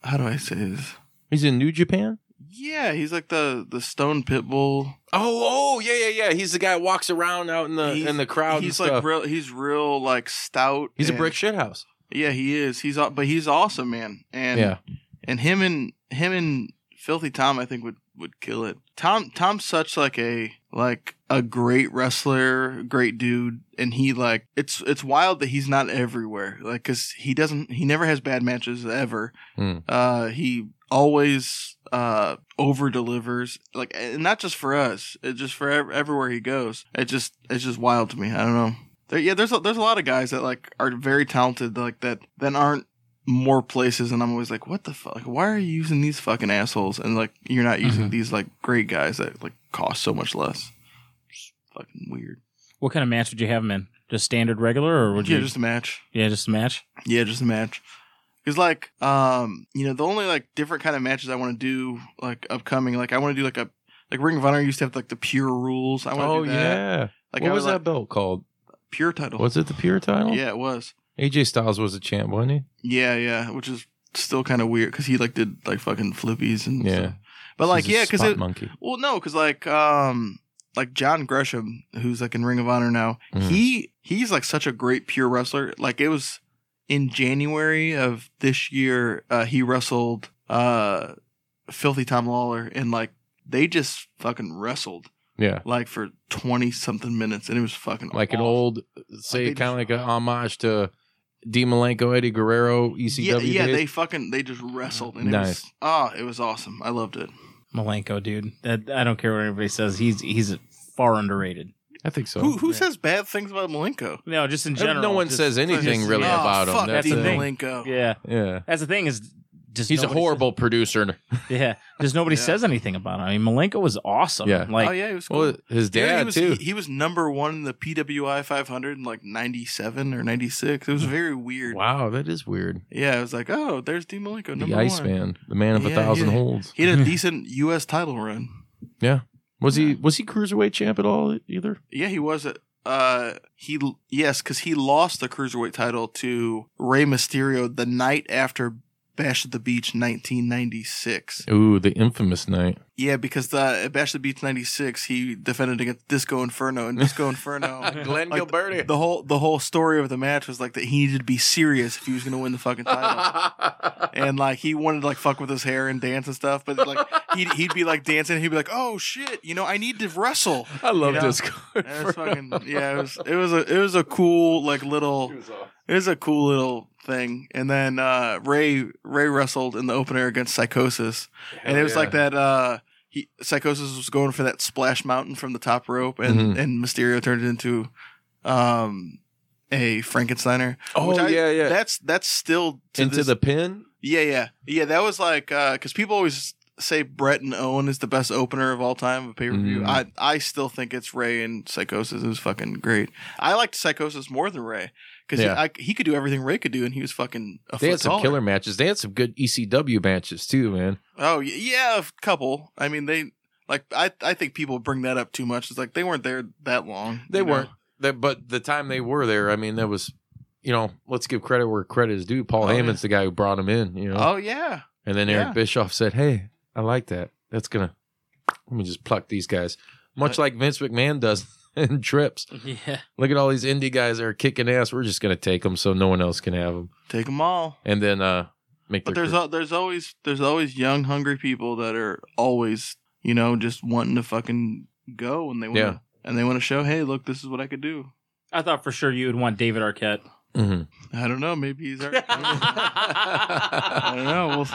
Speaker 5: how do I say this?
Speaker 2: he's in New Japan.
Speaker 5: Yeah, he's like the the Stone Pitbull.
Speaker 2: Oh, oh, yeah, yeah, yeah. He's the guy who walks around out in the
Speaker 5: He's-
Speaker 2: in the crowd.
Speaker 5: He's
Speaker 2: and
Speaker 5: like
Speaker 2: stuff.
Speaker 5: real. He's real like stout.
Speaker 2: he's a
Speaker 5: and-
Speaker 2: brick shithouse.
Speaker 5: Yeah, he is. He's aw- but he's awesome, man. And
Speaker 2: Yeah.
Speaker 5: and him and him and Filthy Tom, I think would would kill it. Tom Tom's such like a like a great wrestler, great dude, and he like it's it's wild that he's not everywhere. Like because he doesn't he never has bad matches ever.
Speaker 2: Hmm.
Speaker 5: Uh, he always uh over delivers like and not just for us it just for ev- everywhere he goes it just it's just wild to me i don't know there, yeah, there's a, there's a lot of guys that like are very talented, like that that aren't more places, and I'm always like, what the fuck? Why are you using these fucking assholes? And like, you're not
Speaker 2: Mm-hmm.
Speaker 5: using these like great guys that like cost so much less. It's fucking weird.
Speaker 7: what kind of match would you have him in? Just standard regular, or would
Speaker 5: yeah,
Speaker 7: you?
Speaker 5: just a match.
Speaker 7: yeah, just a match.
Speaker 5: Yeah, just a match. Cause like, um, you know, the only like different kind of matches I want to do like upcoming, like I want to do like a like Ring of Honor used to have like the pure rules. I want to
Speaker 2: Oh
Speaker 5: do that.
Speaker 2: yeah.
Speaker 5: Like
Speaker 2: what
Speaker 5: I
Speaker 2: was
Speaker 5: would,
Speaker 2: that belt called?
Speaker 5: like, pure title?
Speaker 2: Was it the Pure title?
Speaker 5: Yeah, it was.
Speaker 2: AJ Styles was a champ, wasn't he?
Speaker 5: Yeah, yeah, which is still kind of weird because he like did like fucking flippies and
Speaker 2: Yeah.
Speaker 5: stuff. But like,
Speaker 2: He's a
Speaker 5: yeah, because
Speaker 2: spot
Speaker 5: it
Speaker 2: monkey.
Speaker 5: well, no, because like um like John Gresham, who's like in Ring of Honor now,
Speaker 2: Mhm.
Speaker 5: he he's like such a great pure wrestler. Like it was in January of this year, uh, he wrestled uh Filthy Tom Lawler, and like they just fucking wrestled
Speaker 2: Yeah.
Speaker 5: like for twenty something minutes, and it was fucking
Speaker 2: Like an
Speaker 5: awesome.
Speaker 2: old, say,
Speaker 5: Like they
Speaker 2: kind of like an homage to D. Malenko, Eddie Guerrero, ECW.
Speaker 5: yeah, yeah,
Speaker 2: days.
Speaker 5: they fucking they just wrestled and it
Speaker 2: Nice.
Speaker 5: was ah, it was awesome. I loved it.
Speaker 7: Malenko, dude. That, I don't care what anybody says. He's he's far underrated.
Speaker 2: I think so.
Speaker 5: who who says bad things about Malenko?
Speaker 7: No, just in
Speaker 2: Uh,
Speaker 7: general.
Speaker 2: no one
Speaker 7: just-
Speaker 2: says anything
Speaker 5: Just-
Speaker 2: really
Speaker 5: oh,
Speaker 2: about him.
Speaker 5: Fuck
Speaker 2: That's
Speaker 5: Dean
Speaker 2: the thing.
Speaker 5: Malenko.
Speaker 7: Yeah,
Speaker 2: Yeah.
Speaker 7: that's the thing is, just
Speaker 2: He's a
Speaker 7: nobody
Speaker 2: horrible producer.
Speaker 7: Says, [LAUGHS] yeah, just nobody
Speaker 5: Yeah.
Speaker 7: says anything about him. I mean, Malenko was awesome.
Speaker 2: Yeah.
Speaker 7: like
Speaker 5: oh yeah, he was cool.
Speaker 2: Well, his
Speaker 5: Dude,
Speaker 2: dad
Speaker 5: he was,
Speaker 2: too.
Speaker 5: He, he was number one in the PWI 500 in like 97 or 96. It was very weird.
Speaker 2: wow, that is weird.
Speaker 5: Yeah, it was like, oh, there's Dean Malenko, number
Speaker 2: The
Speaker 5: one.
Speaker 2: Iceman, the man of a
Speaker 5: Yeah,
Speaker 2: thousand
Speaker 5: yeah.
Speaker 2: holds.
Speaker 5: He
Speaker 2: [LAUGHS]
Speaker 5: had a decent U.S. title run.
Speaker 2: Was he was he cruiserweight champ at all either?
Speaker 5: Yeah, he was. A, uh, he yes, because he lost the cruiserweight title to Rey Mysterio the night after Bash at the Beach 1996.
Speaker 2: Ooh, the infamous night.
Speaker 5: Yeah, because the at Bash at the Beach 96, he defended against Disco Inferno
Speaker 2: [LAUGHS]
Speaker 5: and Disco Inferno.
Speaker 2: Glenn
Speaker 5: Like,
Speaker 2: Gilberti.
Speaker 5: The whole the whole story of the match was like that he needed to be serious if he was going to win the fucking title. and like he wanted to like fuck with his hair and dance and stuff, but like he'd he'd be like dancing, he'd be like, "Oh shit, you know, I need to wrestle."
Speaker 2: I love
Speaker 5: You know?
Speaker 2: Disco.
Speaker 5: And it's fucking yeah, it was it was a it was a cool like little it was a cool little thing. And then uh Ray Ray wrestled in the opener against Psychosis, and it was like that. uh he, Psychosis was going for that splash mountain from the top rope, and
Speaker 2: Mhm.
Speaker 5: and Mysterio turned it into um a Frankensteiner.
Speaker 2: Oh
Speaker 5: which I-
Speaker 2: yeah, yeah.
Speaker 5: That's that's still to
Speaker 2: Into
Speaker 5: this
Speaker 2: the pin.
Speaker 5: yeah, yeah, yeah. That was like because people always say Brett and Owen is the best opener of all time of pay per view.
Speaker 2: Mm.
Speaker 5: I I still think it's Ray and Psychosis. It was fucking great. I liked Psychosis more than Ray because
Speaker 2: Yeah.
Speaker 5: he, I- he could do everything Ray could do, and he was fucking a
Speaker 2: They
Speaker 5: foot
Speaker 2: had some
Speaker 5: taller.
Speaker 2: killer matches. They had some good ECW matches too, man.
Speaker 5: Oh y- yeah, a couple. I mean they. Like I, I think people bring that up too much. It's like they weren't there that long.
Speaker 2: They
Speaker 5: you know?
Speaker 2: weren't. That, but the time they were there, I mean, that was, you know, let's give credit where credit is due. Paul
Speaker 5: Oh,
Speaker 2: Heyman's the guy who brought him in, you know.
Speaker 5: Oh yeah,
Speaker 2: and then Eric
Speaker 5: yeah.
Speaker 2: Bischoff said, "Hey, I like that. That's gonna let me just pluck these guys." Much like Vince McMahon does [LAUGHS] in trips.
Speaker 7: Yeah,
Speaker 2: Look at all these indie guys that are kicking ass. We're just gonna take them so no one else can have them,
Speaker 5: take them all.
Speaker 2: and then uh make.
Speaker 5: But
Speaker 2: their
Speaker 5: there's
Speaker 2: career.
Speaker 5: al- there's always there's always young hungry people that are always you know just wanting to fucking go and they want
Speaker 2: Yeah.
Speaker 5: to and they want to show hey look this is what I could do.
Speaker 7: I thought for sure you would want David Arquette.
Speaker 2: Mhm.
Speaker 5: I don't know maybe he's our,
Speaker 2: [LAUGHS]
Speaker 5: I don't know we'll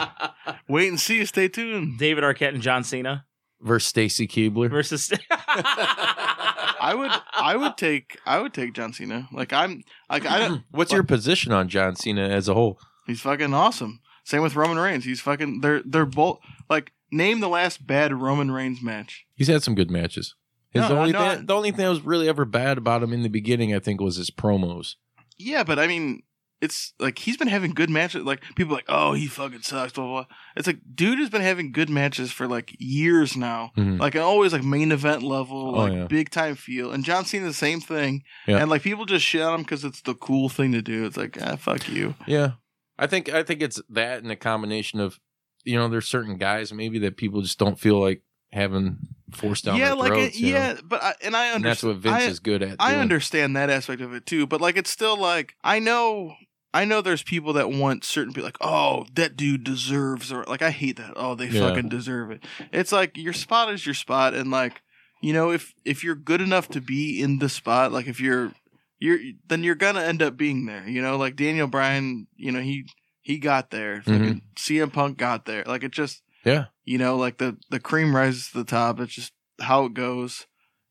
Speaker 5: wait and see stay tuned.
Speaker 7: David Arquette and John Cena
Speaker 2: versus Stacy Keebler.
Speaker 7: versus.
Speaker 5: I would I would take I would take John Cena like I'm like I don't
Speaker 2: What's your position on John Cena as a whole?
Speaker 5: he's fucking awesome. Same with Roman Reigns he's fucking they're they're both like name the last bad Roman Reigns match.
Speaker 2: He's had some good matches. His
Speaker 5: No,
Speaker 2: only
Speaker 5: no,
Speaker 2: thing,
Speaker 5: I-
Speaker 2: the only thing that was really ever bad about him in the beginning, I think, was his promos.
Speaker 5: Yeah, but I mean, it's like he's been having good matches. Like people are like, oh, he fucking sucks. Blah blah. blah. It's like dude has been having good matches for like years now.
Speaker 2: Mhm.
Speaker 5: Like always, like main event level,
Speaker 2: Oh,
Speaker 5: like
Speaker 2: yeah.
Speaker 5: big time feel. And John Cena the same thing.
Speaker 2: Yeah.
Speaker 5: And like people just shit on him because it's the cool thing to do. It's like ah, fuck you.
Speaker 2: Yeah, I think I think it's that and a combination of, you know, there's certain guys maybe that people just don't feel like having forced down.
Speaker 5: yeah,
Speaker 2: their
Speaker 5: like
Speaker 2: throats,
Speaker 5: it,
Speaker 2: you know?
Speaker 5: yeah, but I, and I
Speaker 2: and that's
Speaker 5: understand.
Speaker 2: what Vince
Speaker 5: I,
Speaker 2: is good at.
Speaker 5: I
Speaker 2: doing.
Speaker 5: understand that aspect of it too, but like it's still like I know I know there's people that want certain people like, oh, that dude deserves or like I hate that. Oh, they
Speaker 2: Yeah.
Speaker 5: fucking deserve it. It's like your spot is your spot and like you know, if if you're good enough to be in the spot, like if you're you're then you're gonna end up being there. You know, like Daniel Bryan, you know, he he got there. Fucking CM Punk got there. Like it just
Speaker 2: Mm-hmm. Yeah.
Speaker 5: you know, like the the cream rises to the top. It's just how it goes,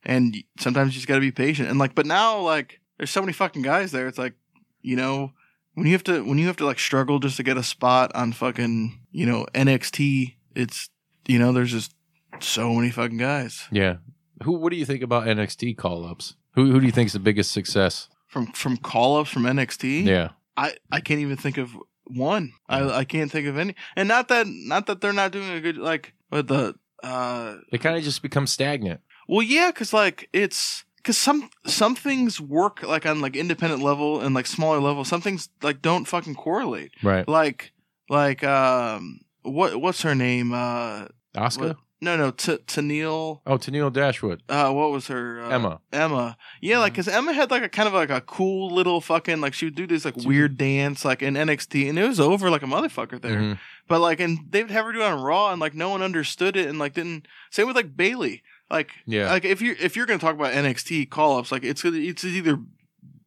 Speaker 5: and y- sometimes you just got to be patient. And like, but now like, there's so many fucking guys there. It's like, you know, when you have to when you have to like struggle just to get a spot on fucking you know NXT, it's you know there's just so many fucking guys
Speaker 2: Yeah. Who? What do you think about NXT call ups? Who Who do you think is the biggest success?
Speaker 5: from from call ups from NXT.
Speaker 2: Yeah.
Speaker 5: I I can't even think of one. I I can't think of any. And not that not that they're not doing a good like, but the uh
Speaker 2: They kind of just become stagnant.
Speaker 5: Well, yeah, because like it's because some some things work like on like independent level and like smaller level. Some things like don't fucking correlate.
Speaker 2: Right.
Speaker 5: Like like um what what's her name? Uh,
Speaker 2: Oscar.
Speaker 5: what- no, no, T- Tennille.
Speaker 2: Oh, Tennille Dashwood.
Speaker 5: Uh, what was her uh,
Speaker 2: Emma.
Speaker 5: Emma, yeah,
Speaker 2: Mm.
Speaker 5: like because Emma had like a kind of like a cool little fucking like she would do this like weird dance like in NXT and it was over like a motherfucker there.
Speaker 2: Mhm.
Speaker 5: But like, and they would have her do it on Raw, and like no one understood it, and like didn't. Same with like Bailey. Like,
Speaker 2: Yeah.
Speaker 5: like if you're if you're gonna talk about NXT call ups, like it's it's either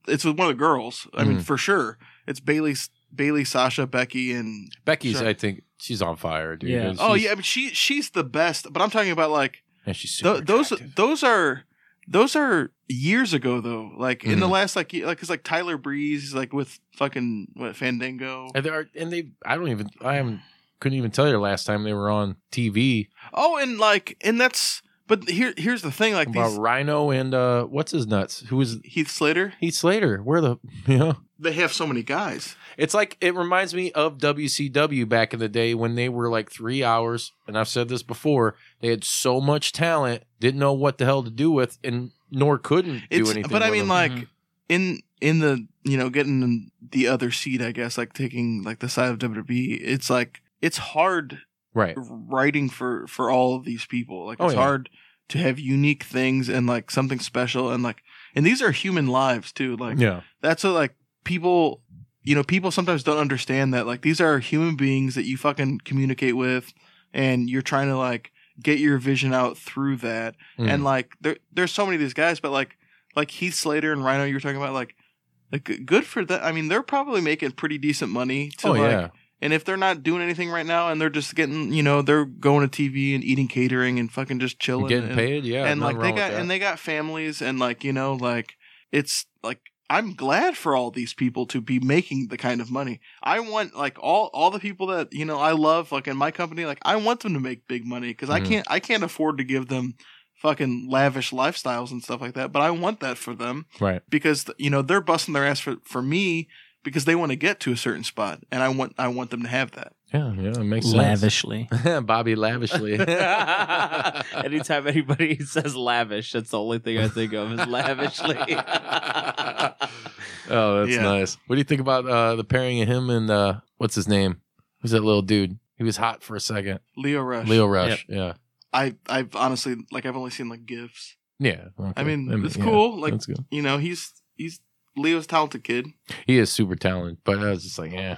Speaker 5: it's with one of the girls. I mean,
Speaker 2: Mhm.
Speaker 5: for sure, it's Bailey, Bailey, Sasha, Becky, and
Speaker 2: Becky's,
Speaker 5: Sure.
Speaker 2: I think she's on fire, dude.
Speaker 7: Yeah.
Speaker 2: And
Speaker 5: oh
Speaker 2: she's-
Speaker 5: yeah, I mean she she's the best. But I'm talking about like
Speaker 2: And she's super
Speaker 5: th- those
Speaker 2: attractive.
Speaker 5: those are those are years ago though. Like in the
Speaker 2: Mhm.
Speaker 5: last like ye- like because like Tyler Breeze like with fucking what Fandango.
Speaker 2: and they are, and they. I don't even. I am. Couldn't even tell you the last time they were on TV
Speaker 5: Oh, and like and that's but here here's the thing like
Speaker 2: about
Speaker 5: these
Speaker 2: Rhino and uh, what's his nuts? Who was
Speaker 5: Heath Slater
Speaker 2: Heath Slater? Where the [LAUGHS] you know?
Speaker 5: they have so many guys.
Speaker 2: It's like it reminds me of WCW back in the day when they were like three hours, and I've said this before. They had so much talent, didn't know what the hell to do with, and nor couldn't do
Speaker 5: It's
Speaker 2: anything.
Speaker 5: but I
Speaker 2: with Mm-hmm.
Speaker 5: mean
Speaker 2: them.
Speaker 5: like
Speaker 7: Mhm.
Speaker 5: in in the you know getting in the other seat I guess like taking like the side of WWE it's like it's hard
Speaker 2: Mm-hmm. right,
Speaker 5: writing for for all of these people like
Speaker 2: Oh,
Speaker 5: it's
Speaker 2: yeah.
Speaker 5: hard to have unique things and like something special and like and these are human lives too like
Speaker 2: yeah,
Speaker 5: that's what like people you know people sometimes don't understand that like these are human beings that you fucking communicate with and you're trying to like get your vision out through that
Speaker 2: Mm.
Speaker 5: and like there there's so many of these guys but like like Heath Slater and Rhino you were talking about like like g- good for that I mean they're probably making pretty decent money to
Speaker 2: oh
Speaker 5: like
Speaker 2: yeah,
Speaker 5: and if they're not doing anything right now and they're just getting, you know, they're going to TV and eating catering and fucking just chilling
Speaker 2: getting
Speaker 5: and,
Speaker 2: paid, yeah,
Speaker 5: and
Speaker 2: nothing
Speaker 5: like they
Speaker 2: wrong with
Speaker 5: got
Speaker 2: that.
Speaker 5: and they got families and like, you know, like it's like I'm glad for all these people to be making the kind of money. I want like all all the people that, you know, I love like in my company, like I want them to make big money cuz I
Speaker 2: Mhm.
Speaker 5: can't I can't afford to give them fucking lavish lifestyles and stuff like that, but I want that for them
Speaker 2: right,
Speaker 5: because you know they're busting their ass for, for me because they want to get to a certain spot and I want I want them to have that.
Speaker 2: yeah, yeah, it makes
Speaker 7: Lavishly.
Speaker 2: sense. [LAUGHS] Bobby lavishly.
Speaker 7: [LAUGHS]
Speaker 5: [LAUGHS]
Speaker 2: [LAUGHS]
Speaker 7: Anytime anybody says lavish, that's the only thing I think of is [LAUGHS]
Speaker 5: [LAUGHS]
Speaker 7: lavishly.
Speaker 2: oh, that's
Speaker 5: Yeah.
Speaker 2: nice. What do you think about uh, the pairing of him and uh, what's his name? Who's that little dude? He was hot for a second.
Speaker 5: Leo Rush.
Speaker 2: Leo Rush. Yeah.
Speaker 5: I I've honestly like I've only seen like gifs.
Speaker 2: Yeah. okay.
Speaker 5: I mean, it's
Speaker 2: yeah,
Speaker 5: cool. Like
Speaker 2: that's good.
Speaker 5: you know he's he's Leo's talented kid.
Speaker 2: He is super talented, but I was just like, yeah.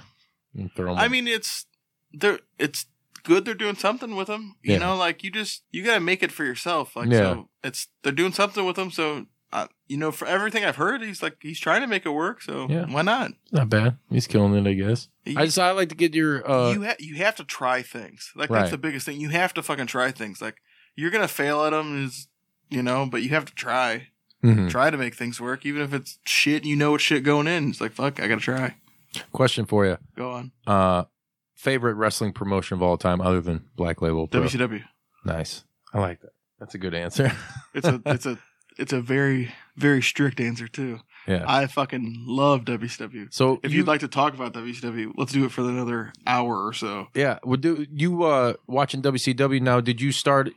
Speaker 2: Mm, Throw him
Speaker 5: I
Speaker 2: in.
Speaker 5: mean it's they're it's good they're doing something with him. You
Speaker 2: Yeah.
Speaker 5: know like you just you gotta make it for yourself. Like
Speaker 2: Yeah.
Speaker 5: so it's they're doing something with him. So uh, you know for everything I've heard he's like he's trying to make it work. So
Speaker 2: Yeah.
Speaker 5: why not?
Speaker 2: not bad. He's killing it, I guess.
Speaker 5: He-
Speaker 2: I just I like to get your uh,
Speaker 5: you ha- you have to try things. Like
Speaker 2: Right.
Speaker 5: that's the biggest thing. You have to fucking try things. Like you're gonna fail at them, is you know, but you have to try.
Speaker 2: mhm.
Speaker 5: Try to make things work, even if it's shit. and You know it's shit going in. It's like fuck, I gotta try.
Speaker 2: question for you.
Speaker 5: Go on.
Speaker 2: Uh, favorite wrestling promotion of all time, other than Black Label Pro.
Speaker 5: WCW.
Speaker 2: Nice. I like that. That's a good answer. [LAUGHS]
Speaker 5: It's a it's a it's a very very strict answer too.
Speaker 2: yeah.
Speaker 5: I fucking love WCW.
Speaker 2: so
Speaker 5: If you'd like to talk about WCW, let's do it for another hour or so.
Speaker 2: Yeah. Well, do you uh watching WCW now? Did you start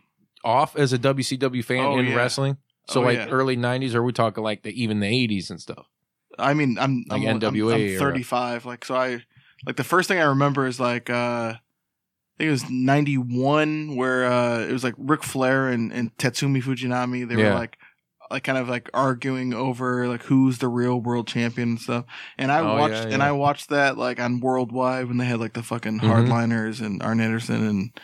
Speaker 2: off as a WCW fan
Speaker 5: Oh,
Speaker 2: in
Speaker 5: yeah.
Speaker 2: wrestling? So
Speaker 5: Oh,
Speaker 2: like er,
Speaker 5: yeah.
Speaker 2: early '90s, or are we talking like the even the '80s and stuff?
Speaker 5: I mean, I'm
Speaker 2: Like
Speaker 5: I'm, only- I'm,
Speaker 2: NWA
Speaker 5: I'm
Speaker 2: or-
Speaker 5: 35. Like so, I like the first thing I remember is like uh, I think it was 91 where uh, it was like Ric Flair and and Tatsumi Fujinami. They
Speaker 2: Yeah.
Speaker 5: were like like kind of like arguing over like who's the real world champion and stuff. And I
Speaker 2: Oh,
Speaker 5: watched
Speaker 2: yeah,
Speaker 5: and
Speaker 2: yeah.
Speaker 5: I watched that like on Worldwide when they had like the fucking
Speaker 2: Mhm.
Speaker 5: hardliners and Arn Anderson and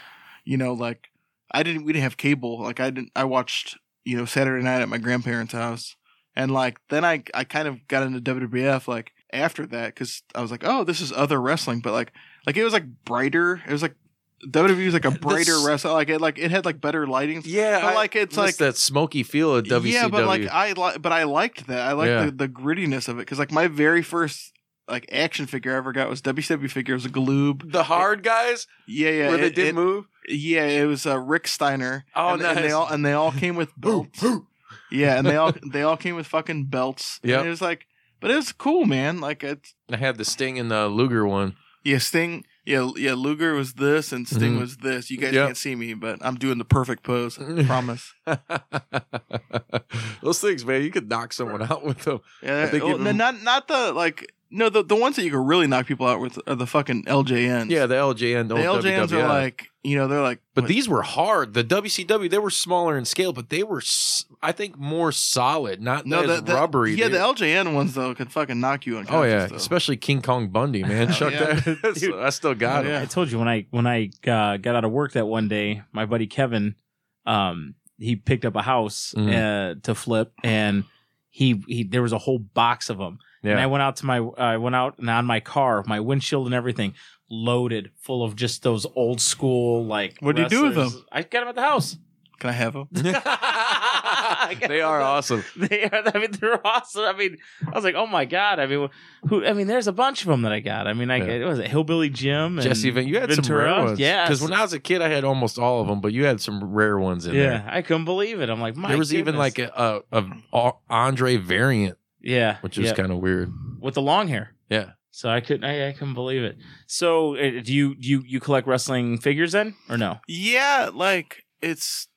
Speaker 5: you know like I didn't we didn't have cable. Like I didn't I watched you know Saturday night at my grandparents' house. And like then I I kind of got into WWF like after that because I was like oh this is other wrestling but like like it was like brighter it was like WWE
Speaker 2: [LAUGHS]
Speaker 5: was like a brighter
Speaker 2: This-
Speaker 5: wrestling like it like it had like better lighting
Speaker 2: Yeah,
Speaker 5: But, I- like, it's, like-
Speaker 2: that smoky feel of WCW.
Speaker 5: yeah but like I li- but I liked that I liked
Speaker 2: Yeah.
Speaker 5: the, the grittiness of it because like my very first like action figure I ever got was WCW figure it was a Gloob
Speaker 2: the hard guys
Speaker 5: yeah yeah
Speaker 2: where they
Speaker 5: it-
Speaker 2: did
Speaker 5: it-
Speaker 2: move.
Speaker 5: yeah it was uh, Rick Steiner
Speaker 2: Oh,
Speaker 5: and, and they
Speaker 2: nice.
Speaker 5: all and they all
Speaker 2: [LAUGHS]
Speaker 5: came with belts yeah and they all [LAUGHS] they all came with fucking belts Yeah,
Speaker 2: Yep.
Speaker 5: and it was like but it was cool man like it's
Speaker 2: I had the Sting and the Luger one.
Speaker 5: Yeah, Sting. Yeah, yeah. Luger was this, and Sting
Speaker 2: Mhm.
Speaker 5: was this. You guys
Speaker 2: Yep.
Speaker 5: can't see me, but I'm doing the perfect pose.
Speaker 2: [LAUGHS]
Speaker 5: I promise.
Speaker 2: Those things, man, you could knock someone out with them.
Speaker 5: Yeah,
Speaker 2: I think
Speaker 5: well,
Speaker 2: even-
Speaker 5: no, not not the like. No, the the ones that you can really knock people out with are the fucking LJNs.
Speaker 2: Yeah, the LJN,
Speaker 5: the
Speaker 2: the
Speaker 5: LJNs
Speaker 2: WWF.
Speaker 5: are like you know they're like.
Speaker 2: But
Speaker 5: what-
Speaker 2: these were hard. The WCW, they were smaller in scale, but they were, s- I think, more solid, not
Speaker 5: no,
Speaker 2: as
Speaker 5: the, the-
Speaker 2: rubbery.
Speaker 5: Yeah,
Speaker 2: dude.
Speaker 5: the LJN ones though could fucking knock you unconscious.
Speaker 2: oh yeah,
Speaker 5: though.
Speaker 2: especially King Kong Bundy, man. [LAUGHS]
Speaker 5: Oh,
Speaker 2: Chuck
Speaker 5: yeah.
Speaker 2: that.
Speaker 7: Dude.
Speaker 2: I still got
Speaker 5: Oh,
Speaker 2: him.
Speaker 5: yeah.
Speaker 7: I told you when I when I uh, got out of work that one day, my buddy Kevin, um, he picked up a house
Speaker 2: Mhm.
Speaker 7: uh, to flip, and he he there was a whole box of them. And I
Speaker 2: Yeah.
Speaker 7: went out to my I went out and on my car, my windshield and everything loaded full of just those old school like
Speaker 5: What'd you do with
Speaker 7: wrestlers. I got them at the house.
Speaker 5: Can I have them?
Speaker 7: [LAUGHS] I got
Speaker 2: they
Speaker 7: them
Speaker 2: are
Speaker 7: at the-
Speaker 2: awesome.
Speaker 7: [LAUGHS] They are I mean they're awesome. I mean I was like, "Oh my god." I mean who I mean there's a bunch of them that I got. I mean I
Speaker 2: Yeah.
Speaker 7: it was it Hillbilly Jim
Speaker 2: [LAUGHS]
Speaker 7: and
Speaker 2: Jesse, Vin- you had some
Speaker 7: Ventura.
Speaker 2: rare ones.
Speaker 7: Yes.
Speaker 2: Because when I was a kid, I had almost all of them, but you had some rare ones in
Speaker 7: yeah,
Speaker 2: there.
Speaker 7: I couldn't believe it. I'm like, my
Speaker 2: there was even
Speaker 7: goodness."
Speaker 2: like a, a, a Andre variant,
Speaker 7: yeah,
Speaker 2: which was
Speaker 7: yeah,
Speaker 2: kind of [LAUGHS] weird.
Speaker 7: with the long hair.
Speaker 2: Yeah.
Speaker 7: So I couldn't, I, I couldn't believe it. So uh, do you, do you, you collect wrestling figures then, or no?
Speaker 5: [LAUGHS] Yeah, like it's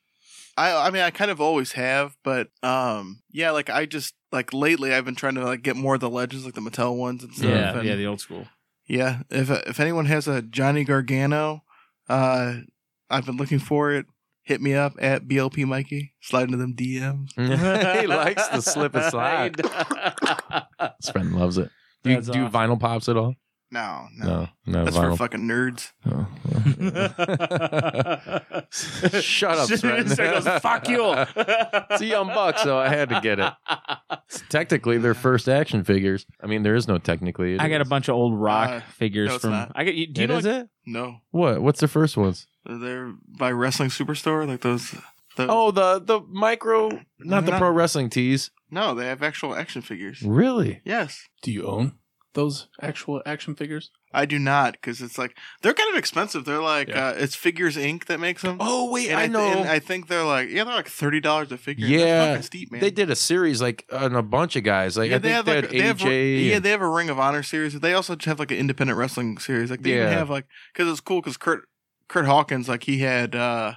Speaker 5: I I mean I kind of always have, but um yeah, like I just like lately I've been trying to like get more of the legends like the Mattel ones and stuff.
Speaker 7: yeah,
Speaker 5: and-
Speaker 7: yeah, the old school.
Speaker 5: yeah, if if anyone has a Johnny Gargano, uh I've been looking for it. Hit me up at BLP Mikey. Slide into them DMs.
Speaker 2: [LAUGHS] he likes the
Speaker 7: [LAUGHS]
Speaker 2: slip and slide. His friend loves it. Do you
Speaker 7: That's
Speaker 2: do
Speaker 7: awesome.
Speaker 2: vinyl pops at all?
Speaker 5: No, no.
Speaker 2: No, no,
Speaker 5: That's for
Speaker 2: vinyl.
Speaker 5: fucking nerds.
Speaker 2: Oh, well.
Speaker 7: [LAUGHS]
Speaker 2: [LAUGHS] Shut up, Sven.
Speaker 7: Sven goes, Fuck you.
Speaker 2: [LAUGHS] It's a young buck, [LAUGHS] so I had to get it. It's technically their first action figures. I mean, there is no technically. it
Speaker 7: I got a
Speaker 2: is.
Speaker 7: bunch of old rock
Speaker 5: Uh,
Speaker 7: figures
Speaker 5: no, it's
Speaker 7: from.
Speaker 5: not.
Speaker 7: I got. You, do you
Speaker 2: It
Speaker 7: know?
Speaker 2: is
Speaker 7: what-
Speaker 2: it?
Speaker 5: No.
Speaker 2: What? What's the first ones?
Speaker 5: They're by Wrestling Superstore, like those the,
Speaker 2: Oh, the the micro, not the
Speaker 5: Not-
Speaker 2: pro wrestling tees.
Speaker 5: no, they have actual action figures.
Speaker 2: Really?
Speaker 5: Yes.
Speaker 4: Do you own those actual action figures?
Speaker 5: I do not because it's like they're kind of expensive. They're like
Speaker 4: Yeah.
Speaker 5: uh, it's Figures Inc. that makes them.
Speaker 2: Oh wait,
Speaker 5: and
Speaker 2: I
Speaker 5: th-
Speaker 2: know.
Speaker 5: and I think they're like yeah, they're like thirty dollars a figure.
Speaker 2: Yeah.
Speaker 5: that's fucking steep, man.
Speaker 2: they did a series like on a bunch of guys. Like I
Speaker 5: yeah,
Speaker 2: think they
Speaker 5: they have
Speaker 2: had
Speaker 5: like they have,
Speaker 2: AJ.
Speaker 5: yeah,
Speaker 2: and-
Speaker 5: they have a Ring of Honor series. They also have like an independent wrestling series. Like they even
Speaker 2: Yeah.
Speaker 5: have like because it's cool because Kurt Kurt Hawkins like he had uh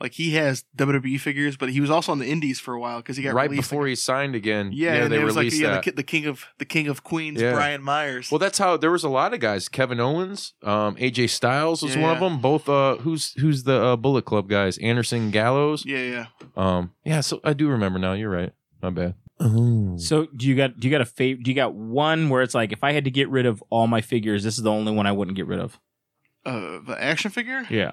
Speaker 5: like he has WWE figures, but he was also on the Indies for a while because he got
Speaker 2: right
Speaker 5: released,
Speaker 2: before he signed again.
Speaker 5: Like, yeah, and
Speaker 2: they
Speaker 5: it was like
Speaker 2: released
Speaker 5: yeah, the,
Speaker 2: that.
Speaker 5: ki- the king of the king of Queens,
Speaker 2: Yeah.
Speaker 5: Brian Myers.
Speaker 2: Well, that's how there was a lot of guys. Kevin Owens, um, AJ Styles was
Speaker 5: Yeah,
Speaker 2: one
Speaker 5: yeah.
Speaker 2: of them. Both uh, who's who's the uh, Bullet Club guys? Anderson Gallows.
Speaker 5: yeah, yeah.
Speaker 2: Um, yeah. So I do remember now. You're right. My bad. Oh.
Speaker 7: So do you got? Do you got a fav? Do you got one where it's like, if I had to get rid of all my figures, this is the only one I wouldn't get rid of.
Speaker 5: Uh, the action figure.
Speaker 7: Yeah.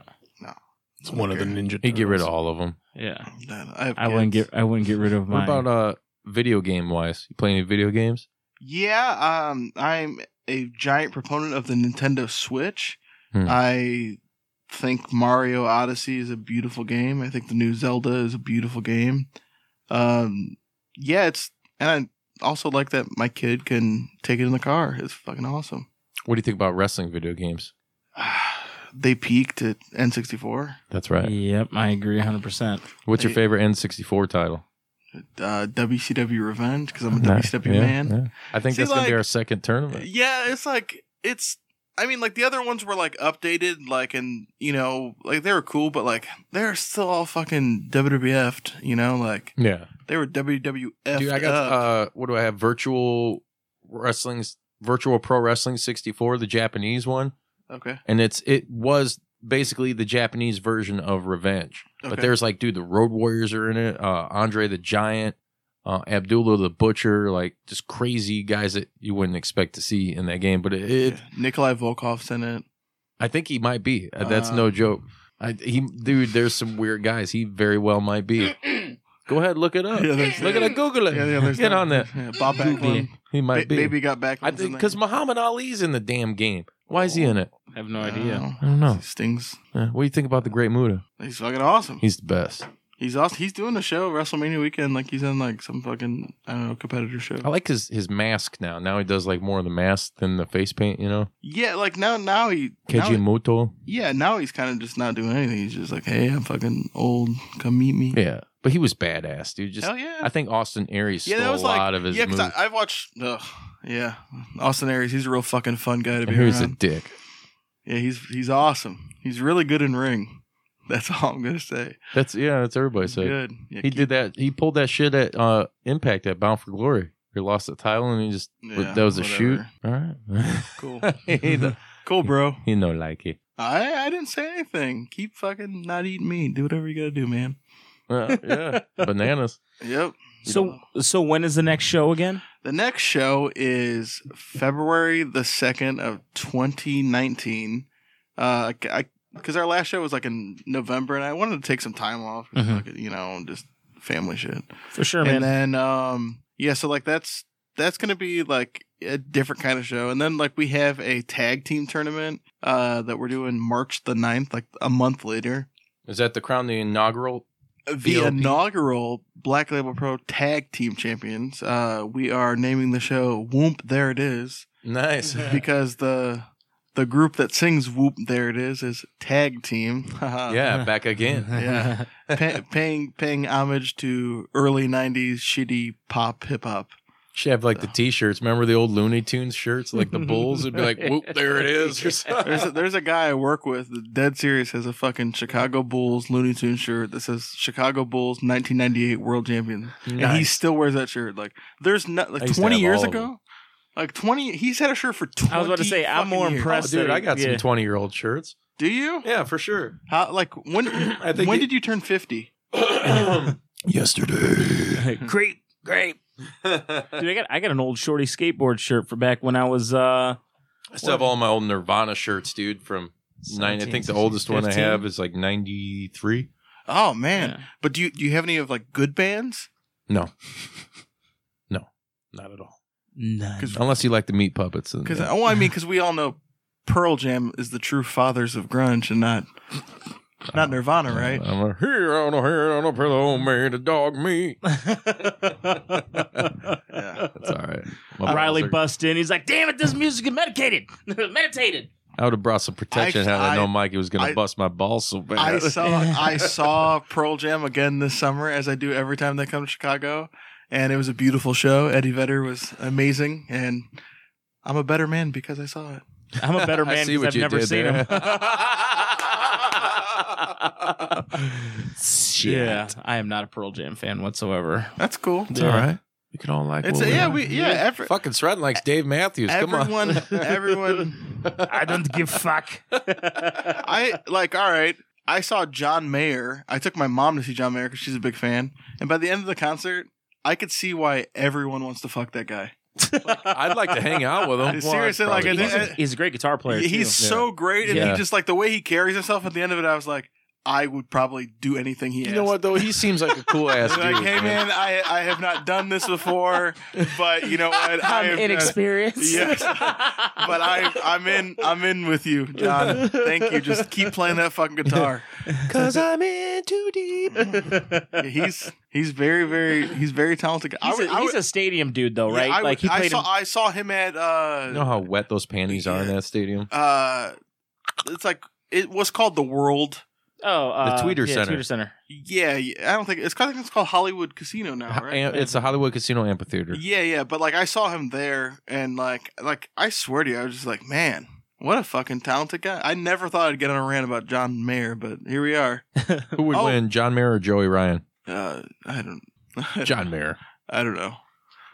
Speaker 4: It's one of the Ninja.
Speaker 2: He'd get rid of
Speaker 4: Turtles.
Speaker 2: all of them.
Speaker 7: Yeah.
Speaker 5: I, have
Speaker 7: I wouldn't
Speaker 5: kids.
Speaker 7: get. I wouldn't get rid of
Speaker 2: What
Speaker 7: mine.
Speaker 2: about uh, video game wise? You play any video games?
Speaker 5: Yeah, um, I'm a giant proponent of the Nintendo Switch.
Speaker 2: Hmm.
Speaker 5: I think Mario Odyssey is a beautiful game. I think the new Zelda is a beautiful game. Um, yeah, it's and I also like that my kid can take it in the car. It's fucking awesome. [SIGHS]
Speaker 2: What do you think about wrestling video games?
Speaker 5: they peaked at N64.
Speaker 2: That's right.
Speaker 7: Yep, I agree 100. percent
Speaker 2: What's your
Speaker 5: I-
Speaker 2: favorite N64 title?
Speaker 5: Uh, WCW Revenge because I'm a WCW
Speaker 2: Yeah,
Speaker 5: man.
Speaker 2: yeah. I think
Speaker 5: See,
Speaker 2: that's gonna be
Speaker 5: like-
Speaker 2: our second tournament.
Speaker 5: Yeah, it's like it's. I mean, like the other ones were like updated, like and you know, like they were cool, but like they're still all fucking WWF'd. You know, like
Speaker 2: Yeah.
Speaker 5: they were WWF.
Speaker 2: Dude, I got uh what do I have? Virtual wrestling's virtual pro wrestling 64, the Japanese one.
Speaker 5: okay.
Speaker 2: And it's it was basically the Japanese version of Revenge. But
Speaker 5: Okay.
Speaker 2: there's like, dude, the Road Warriors are in it, uh Andre the Giant, uh Abdullah the Butcher, like just crazy guys that you wouldn't expect to see in that game. But it, it
Speaker 5: Yeah. Nikolai Volkov's in it.
Speaker 2: I think he might be. Uh, That's
Speaker 5: Uh,
Speaker 2: no joke. I, he, dude, there's some weird guys. He very well might be. Go ahead, look it up.
Speaker 5: Yeah, there's-
Speaker 2: look at it, Google it.
Speaker 5: Yeah, yeah, there's
Speaker 2: Get
Speaker 5: that.
Speaker 2: on that.
Speaker 5: Yeah, Bob Backlund.
Speaker 2: He
Speaker 5: Ba-
Speaker 2: might be.
Speaker 5: Baby got back.
Speaker 2: I think because Muhammad Ali's in the damn game. Why is he in it?
Speaker 7: I have no
Speaker 5: Oh,
Speaker 7: idea.
Speaker 2: I don't know.
Speaker 5: Stings.
Speaker 2: Uh, What do you think about the Great Muda?
Speaker 5: He's fucking awesome.
Speaker 2: He's the best.
Speaker 5: He's awesome. He's doing a show WrestleMania weekend. Like he's in like some fucking I don't know competitor show.
Speaker 2: I like his his mask now. Now he does like more of the mask than the face paint. You know,
Speaker 5: Yeah, like now now he now he-
Speaker 2: Kejimoto.
Speaker 5: Yeah, now he's kind of just not doing anything. He's just like, hey, I'm fucking old. Come meet me.
Speaker 2: Yeah, but he was badass, dude. Just
Speaker 5: Hell yeah.
Speaker 2: I think Austin Aries
Speaker 5: yeah,
Speaker 2: stole
Speaker 5: that was
Speaker 2: a
Speaker 5: like,
Speaker 2: lot of his
Speaker 5: yeah, 'cause
Speaker 2: moves.
Speaker 5: I, I've watched, ugh, yeah, Austin Aries. He's a real fucking fun guy to
Speaker 2: And
Speaker 5: be
Speaker 2: he's a
Speaker 5: around.
Speaker 2: dick.
Speaker 5: yeah, he's he's awesome. He's really good in ring. [LAUGHS] That's all I'm gonna say.
Speaker 2: That's yeah. That's everybody
Speaker 5: He's
Speaker 2: said.
Speaker 5: good. Yeah,
Speaker 2: he
Speaker 5: keep-
Speaker 2: did that. He pulled that shit at uh, Impact at Bound for Glory. He lost the title and he just
Speaker 5: Yeah,
Speaker 2: that was a
Speaker 5: whatever.
Speaker 2: shoot. All right, [LAUGHS]
Speaker 5: Cool,
Speaker 2: he, no,
Speaker 5: cool, bro.
Speaker 2: he no like it.
Speaker 5: I I didn't say anything. Keep fucking not eating meat. Do whatever you gotta do, man.
Speaker 2: Uh, yeah, [LAUGHS] bananas.
Speaker 5: Yep.
Speaker 7: So, so when is the next show again?
Speaker 5: The next show is February the 2nd of 2019. Uh, because our last show was like in November, and I wanted to take some time off, 'cause,
Speaker 7: Mhm.
Speaker 5: like, you know, just family shit.
Speaker 7: For sure,
Speaker 5: Mm-hmm. and
Speaker 7: man.
Speaker 5: then, um, yeah, so like that's that's gonna be like a different kind of show. And then like we have a tag team tournament uh that we're doing March the 9th, like a month later.
Speaker 2: Is that the crown, the inaugural?
Speaker 5: the
Speaker 2: BLP.
Speaker 5: inaugural Black Label Pro Tag Team Champions. Uh, we are naming the show "Whoop There It Is"
Speaker 2: Nice.
Speaker 5: [LAUGHS] because the the group that sings "Whoop There It Is" is Tag Team. [LAUGHS] Haha.
Speaker 2: [LAUGHS] yeah, back again.
Speaker 5: yeah. Pa- paying paying homage to early '90s shitty pop hip hop.
Speaker 2: She have like the T-shirts. Remember the old Looney Tunes shirts, like the Bulls? It'd be [LAUGHS] like, "Whoop, there it is." Or [LAUGHS] something.
Speaker 5: There's a, there's a guy I work with. that Dead serious has a fucking Chicago Bulls Looney Tunes shirt that says Chicago Bulls 1998 World Champion. and he
Speaker 2: Nice.
Speaker 5: still wears that shirt. Like there's not
Speaker 2: I
Speaker 5: like
Speaker 2: used to
Speaker 5: 20
Speaker 2: have
Speaker 5: years
Speaker 2: all of them.
Speaker 5: ago. Like 20, he's had a shirt for 20
Speaker 7: I was about to say, I'm
Speaker 5: fucking
Speaker 7: more
Speaker 5: years.
Speaker 2: Oh,
Speaker 7: impressed.
Speaker 2: dude, I got
Speaker 7: Yeah.
Speaker 2: some twenty-year-old shirts.
Speaker 5: Do you?
Speaker 2: Yeah, for sure.
Speaker 5: How, like when?
Speaker 2: I think
Speaker 5: when
Speaker 2: it-
Speaker 5: did you turn 50?
Speaker 2: Yesterday.
Speaker 7: [LAUGHS]
Speaker 3: Creep,
Speaker 2: [LAUGHS]
Speaker 3: grape.
Speaker 2: I
Speaker 7: Dude, I got I got an old shorty skateboard shirt for back when I was uh
Speaker 2: still have all my old Nirvana shirts, dude. From nine, I think the oldest one I
Speaker 7: 15?
Speaker 2: have is like ninety-three.
Speaker 5: Oh man!
Speaker 7: Yeah.
Speaker 5: But do you do you have any of like good bands?
Speaker 2: No, no, not at all.
Speaker 7: [LAUGHS] None.
Speaker 2: Unless you like the meat puppets. and-
Speaker 5: Because oh, I mean, because we all know Pearl Jam is the true fathers of grunge and not not Nirvana, right?
Speaker 2: I'm a here on a here on a pillow made a dog me.
Speaker 5: Yeah.
Speaker 2: That's all right. [LAUGHS] My
Speaker 7: Riley
Speaker 2: balls are-
Speaker 7: bust in. He's like, damn
Speaker 2: [LAUGHS]
Speaker 7: it, this music is [LAUGHS]
Speaker 3: Medicated. Meditated.
Speaker 2: I would have brought some protection had I,
Speaker 5: I-
Speaker 2: known Mikey was going
Speaker 5: I-
Speaker 2: to bust my balls so bad. [LAUGHS]
Speaker 5: I saw I saw Pearl Jam again this summer, as I do every time they come to Chicago, and it was a beautiful show. Eddie Vedder was amazing, and I'm a better man because I saw it.
Speaker 7: I'm a
Speaker 2: [LAUGHS]
Speaker 7: better
Speaker 2: I
Speaker 7: man
Speaker 2: see
Speaker 7: because
Speaker 2: what
Speaker 7: I've
Speaker 2: you
Speaker 7: never
Speaker 2: did [LAUGHS]
Speaker 7: seen
Speaker 2: there.
Speaker 7: him. Yeah, I am not a Pearl Jam fan whatsoever.
Speaker 5: That's cool.
Speaker 2: It's all right. We can all like.
Speaker 5: It's
Speaker 2: what
Speaker 5: a,
Speaker 2: we
Speaker 5: yeah,
Speaker 2: like.
Speaker 5: we yeah. Every,
Speaker 2: Fucking Stratton likes Dave Matthews. Come on. [LAUGHS]
Speaker 5: everyone, everyone.
Speaker 7: I don't give fuck. [LAUGHS]
Speaker 5: I like. All right. I saw John Mayer. I took my mom to see John Mayer because she's a big fan. And by the end of the concert, I could see why everyone wants to fuck that guy.
Speaker 2: I'd like to hang out with him.
Speaker 5: [LAUGHS]
Speaker 2: Well,
Speaker 5: Seriously,
Speaker 2: I'd
Speaker 5: like,
Speaker 2: probably
Speaker 5: I-
Speaker 2: fuck him.
Speaker 7: He's a great guitar player.
Speaker 5: he's
Speaker 7: too.
Speaker 5: so great, and
Speaker 2: Yeah.
Speaker 5: he just like the way he carries himself. At the end of it, I was like, I would probably do anything he.
Speaker 2: you know what though? He seems like a [LAUGHS] cool ass
Speaker 5: He's
Speaker 2: dude.
Speaker 5: like, hey man, I I have not done this before, but you know what? I
Speaker 3: I'm
Speaker 2: [LAUGHS]
Speaker 5: have-
Speaker 3: inexperienced.
Speaker 5: Yes. But I I'm in I'm in with you, John. Thank you. Just keep playing that fucking guitar.
Speaker 2: [LAUGHS] Cause I'm in too deep.
Speaker 5: Yeah, He's he's very very he's very talented. guy.
Speaker 7: [LAUGHS] He's, a, he's a stadium dude, though,
Speaker 5: yeah,
Speaker 7: right?
Speaker 5: I,
Speaker 7: like he
Speaker 5: would- I
Speaker 7: played.
Speaker 5: saw
Speaker 7: in-
Speaker 5: I saw him at uh
Speaker 2: You know how wet those panties are in that stadium?
Speaker 5: uh it's like it was called the World.
Speaker 7: oh, uh,
Speaker 2: The Tweeter
Speaker 7: yeah,
Speaker 2: Center.
Speaker 7: Tweeter Center.
Speaker 5: Yeah, yeah, I don't think it's I think it's called Hollywood Casino now, right?
Speaker 2: Am- It's the Hollywood Casino Amphitheater.
Speaker 5: Yeah, yeah, but like I saw him there, and like, like I swear to you, I was just like, man, what a fucking talented guy. I never thought I'd get on a rant about John Mayer, but here we are.
Speaker 2: Who would
Speaker 5: Oh.
Speaker 2: win, John Mayer or Joey Ryan?
Speaker 5: Uh, I don't, [LAUGHS]
Speaker 2: John Mayer.
Speaker 5: I don't know.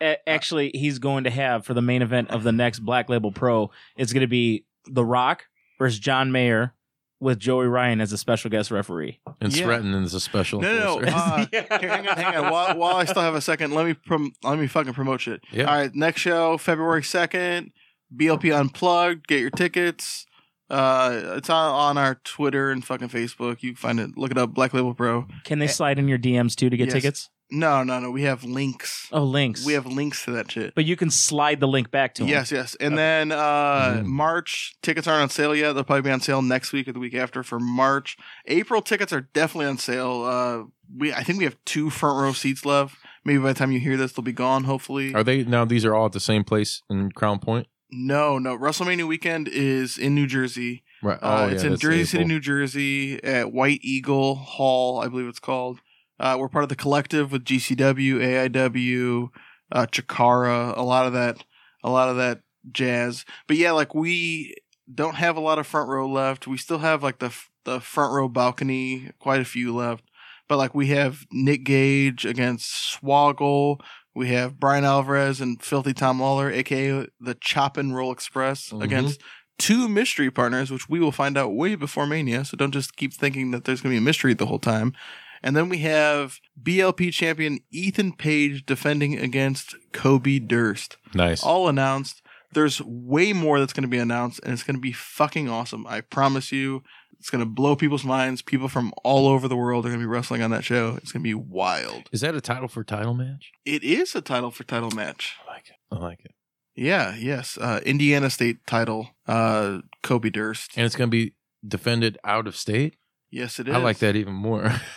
Speaker 7: A- actually, he's going to have for the main event of the next Black Label Pro. It's going to be The Rock versus John Mayer with Joey Ryan as a special guest referee.
Speaker 2: And
Speaker 5: Yeah.
Speaker 2: Stratton is a special.
Speaker 5: No, no,
Speaker 2: enforcer.
Speaker 5: uh, here, hang on, hang on. While, while I still have a second, let me prom- let me fucking promote shit.
Speaker 2: Yeah.
Speaker 5: All right, next show February second, BLP Unplugged. Get your tickets. Uh, it's on, on our Twitter and fucking Facebook. You can find it. Look it up. Black Label Pro.
Speaker 7: Can they slide in your DMs too to get
Speaker 5: Yes.
Speaker 7: tickets?
Speaker 5: No, no, no. We have links.
Speaker 7: Oh, links.
Speaker 5: We have links to that shit.
Speaker 7: but you can slide the link back to him. Mm-hmm.
Speaker 5: Yes, yes. And then uh
Speaker 2: Mm.
Speaker 5: March tickets aren't on sale yet. They'll probably be on sale next week or the week after for March. April tickets are definitely on sale. Uh we I think we have two front row seats left. Maybe by the time you hear this, they'll be gone, hopefully.
Speaker 2: Are they now? These are all at the same place in Crown Point,
Speaker 5: no, no. WrestleMania weekend is in New Jersey.
Speaker 2: right?
Speaker 5: Uh, it's in
Speaker 2: Oh, that's
Speaker 5: Jersey City,
Speaker 2: April.
Speaker 5: New Jersey, at White Eagle Hall, I believe it's called. Uh, we're part of the collective with GCW, AIW, uh, Chikara, a lot of that, a lot of that jazz. But yeah, like we don't have a lot of front row left. We still have like the f- the front row balcony, quite a few left. But like we have Nick Gage against Swoggle. We have Brian Alvarez and Filthy Tom Lawler, aka the Chop and Roll Express,
Speaker 2: Mhm.
Speaker 5: against two mystery partners, which we will find out way before Mania. So don't just keep thinking that there's going to be a mystery the whole time. And then we have BLP champion Ethan Page defending against Kobe Durst.
Speaker 2: Nice.
Speaker 5: All announced. There's way more that's going to be announced, and it's going to be fucking awesome. I promise you. It's gonna blow people's minds. People from all over the world are gonna be wrestling on that show. It's gonna be wild.
Speaker 2: Is that a title for title match?
Speaker 5: It is a title for title match.
Speaker 2: I like it. I like it.
Speaker 5: Yeah, yes. Uh, Indiana State title. Uh, Kobe Durst.
Speaker 2: And it's going to be defended out of state.
Speaker 5: Yes, it is.
Speaker 2: I like that even more. [LAUGHS]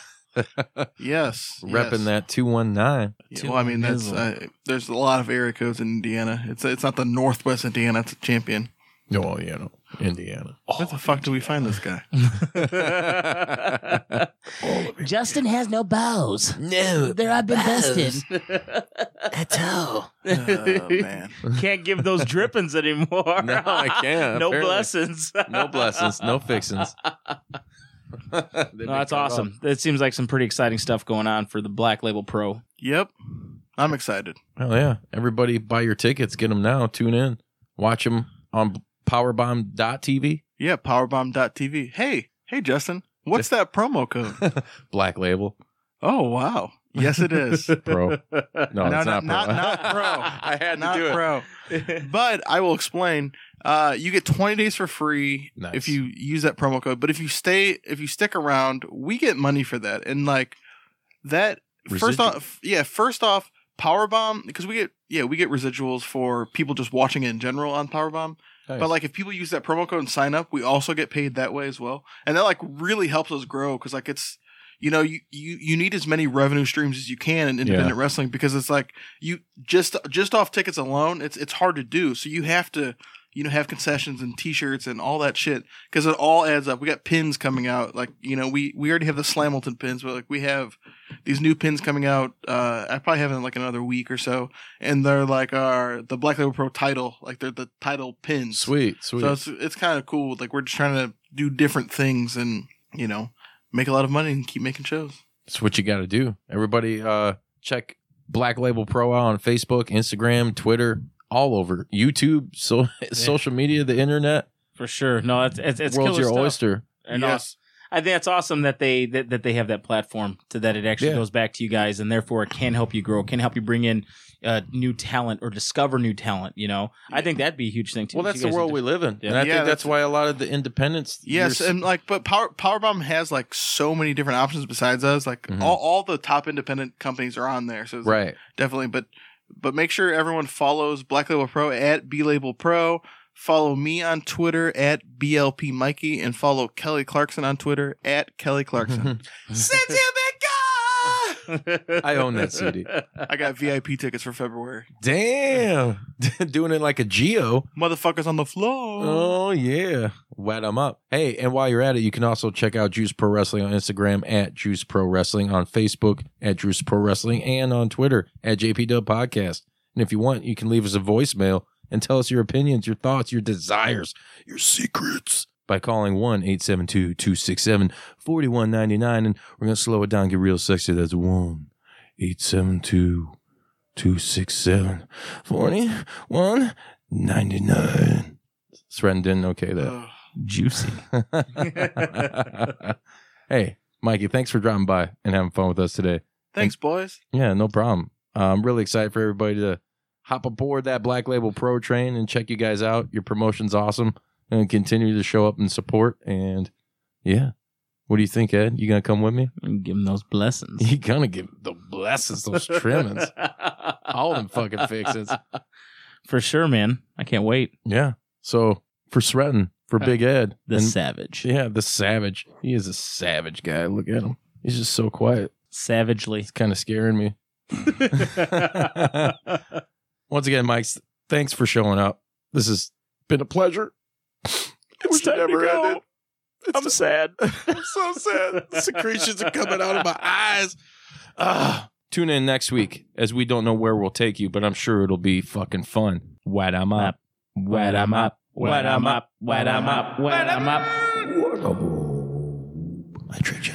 Speaker 5: Yes,
Speaker 2: Repping
Speaker 5: yes.
Speaker 2: that 219.
Speaker 5: Yeah, well, I mean, that's uh, there's a lot of area codes in Indiana. It's it's not the Northwest Indiana. It's a champion.
Speaker 2: No, you know,
Speaker 5: [LAUGHS]
Speaker 2: [LAUGHS] Indiana.
Speaker 5: Where the fuck do we find
Speaker 2: [LAUGHS]
Speaker 5: this guy?
Speaker 3: Justin has no bows.
Speaker 7: Uh,
Speaker 2: No.
Speaker 3: They're up invested. That's all.
Speaker 5: oh man,
Speaker 7: [LAUGHS] Can't give those drippings anymore.
Speaker 2: [LAUGHS] [LAUGHS] No, I can't,
Speaker 7: [LAUGHS] no
Speaker 2: apparently. [LAUGHS]
Speaker 7: blessings.
Speaker 2: No blessings, no fixings.
Speaker 7: No, Oh, that's awesome. That seems like some pretty exciting stuff going on for the Black Label [LAUGHS] Pro.
Speaker 5: Yep, I'm excited.
Speaker 2: Oh yeah! Everybody, buy your tickets. Get them now. Tune in. Watch them on Powerbomb.tv.
Speaker 5: Yeah, powerbomb.tv. Hey, hey, Justin, what's that promo code?
Speaker 2: [LAUGHS] Black Label
Speaker 5: Oh wow, yes,
Speaker 2: [LAUGHS]
Speaker 5: it is.
Speaker 2: Pro. No, it's not,
Speaker 5: not-
Speaker 2: pro.
Speaker 5: not-
Speaker 7: [LAUGHS]
Speaker 5: not pro.
Speaker 2: I had
Speaker 5: not
Speaker 2: to do it.
Speaker 5: pro. [LAUGHS] but I will explain. Uh, you get 20 days for free
Speaker 2: Nice.
Speaker 5: if you use that promo code. But if you stay, if you stick around, we get money for that. And like that, first
Speaker 2: Residual.
Speaker 5: off, yeah, first off, Powerbomb because we get yeah we get residuals for people just watching it in general on Powerbomb.
Speaker 2: Nice.
Speaker 5: But like if people use that promo code and sign up, we also get paid that way as well. And that like really helps us grow because like it's you know you, you you need as many revenue streams as you can in independent wrestling because it's like you just just off tickets alone it's it's hard to do so you have to you know have concessions and t-shirts and all that shit because it all adds up we got pins coming out like you know we we already have the slamilton pins but like we have these new pins coming out uh i probably have it in like another week or so and they're like our the black label pro title like they're the title pins
Speaker 2: sweet, sweet.
Speaker 5: so it's it's kind of cool. Like we're just trying to do different things and you know make a lot of money and keep making shows.
Speaker 2: That's what you got to do. Everybody, uh, check Black Label Pro out on Facebook, Instagram, Twitter, all over YouTube, so [LAUGHS] social media, the internet.
Speaker 7: For sure. No, it's it's, it's
Speaker 2: World's
Speaker 7: killer
Speaker 2: your
Speaker 7: stuff.
Speaker 2: oyster.
Speaker 7: And
Speaker 5: Yes.
Speaker 7: I think that's awesome that they that, that they have that platform to that it actually
Speaker 2: Yeah.
Speaker 7: goes back to you guys and therefore it can help you grow, can help you bring in uh, new talent or discover new talent, you know. I think that'd be a huge thing too.
Speaker 2: Well,
Speaker 7: You
Speaker 2: that's the
Speaker 7: guys
Speaker 2: world
Speaker 7: are
Speaker 2: we live in,
Speaker 7: Yeah.
Speaker 2: and I
Speaker 5: Yeah,
Speaker 2: think that's
Speaker 5: that's-
Speaker 2: why a lot of the independents.
Speaker 5: Yes,
Speaker 2: you're-
Speaker 5: and like but Power Powerbomb has like so many different options besides us. Like
Speaker 2: Mhm.
Speaker 5: all, all the top independent companies are on there. So
Speaker 2: [LAUGHS]
Speaker 5: it's
Speaker 2: right.
Speaker 5: definitely but but make sure everyone follows Black Label Pro at B Label Pro. Follow me on Twitter at BLP Mikey and follow Kelly Clarkson on Twitter at Kelly Clarkson.
Speaker 2: [LAUGHS] I own [LAUGHS] that CD.
Speaker 5: I got VIP tickets for February.
Speaker 2: Damn, doing it like a geo.
Speaker 5: Motherfuckers on the floor.
Speaker 2: Oh yeah, wet them up. Hey, and while you're at it, you can also check out Juice Pro Wrestling on Instagram at Juice Pro Wrestling, on Facebook at Juice Pro Wrestling, and on Twitter at JP Dub Podcast. And if you want, you can leave us a voicemail and tell us your opinions, your thoughts, your desires, your secrets by calling 1 872 267 4199. And we're going to slow it down, get real sexy. That's 1 872 267 4199. Sren didn't okay that.
Speaker 5: Ugh.
Speaker 7: juicy.
Speaker 2: [LAUGHS] hey, Mikey, thanks for dropping by and having fun with us today.
Speaker 5: Thanks, boys.
Speaker 2: Yeah, no problem. Uh, I'm really excited for everybody to hop aboard that Black Label Pro train and check you guys out. Your promotion's awesome and continue to show up and support. And yeah, what do you think, Ed? You going to come with me? [LAUGHS]
Speaker 7: Give them those blessings.
Speaker 2: You going to give the blessings, those
Speaker 7: [LAUGHS]
Speaker 2: trimmings, all them fucking fixings.
Speaker 7: For sure, man. I can't wait.
Speaker 2: Yeah. So for Sretton, for Big Ed,
Speaker 7: The
Speaker 2: and-
Speaker 7: savage.
Speaker 2: Uh, Yeah, the savage. He is a savage guy. Look at him. He's just so quiet.
Speaker 7: Savagely.
Speaker 2: It's kind of scaring [LAUGHS] me. Once again, Mike, thanks for showing up. This has been a pleasure. It was never ended. I'm sad. [LAUGHS] I'm so sad. [LAUGHS] The secretions are coming out of my eyes. Ah. Tune in next week as we don't know where we'll take you, but I'm sure it'll be fucking fun. What I'm up.
Speaker 7: Wet 'em up. Wet 'em up. Wet 'em up. Wet 'em up.
Speaker 2: I treat you.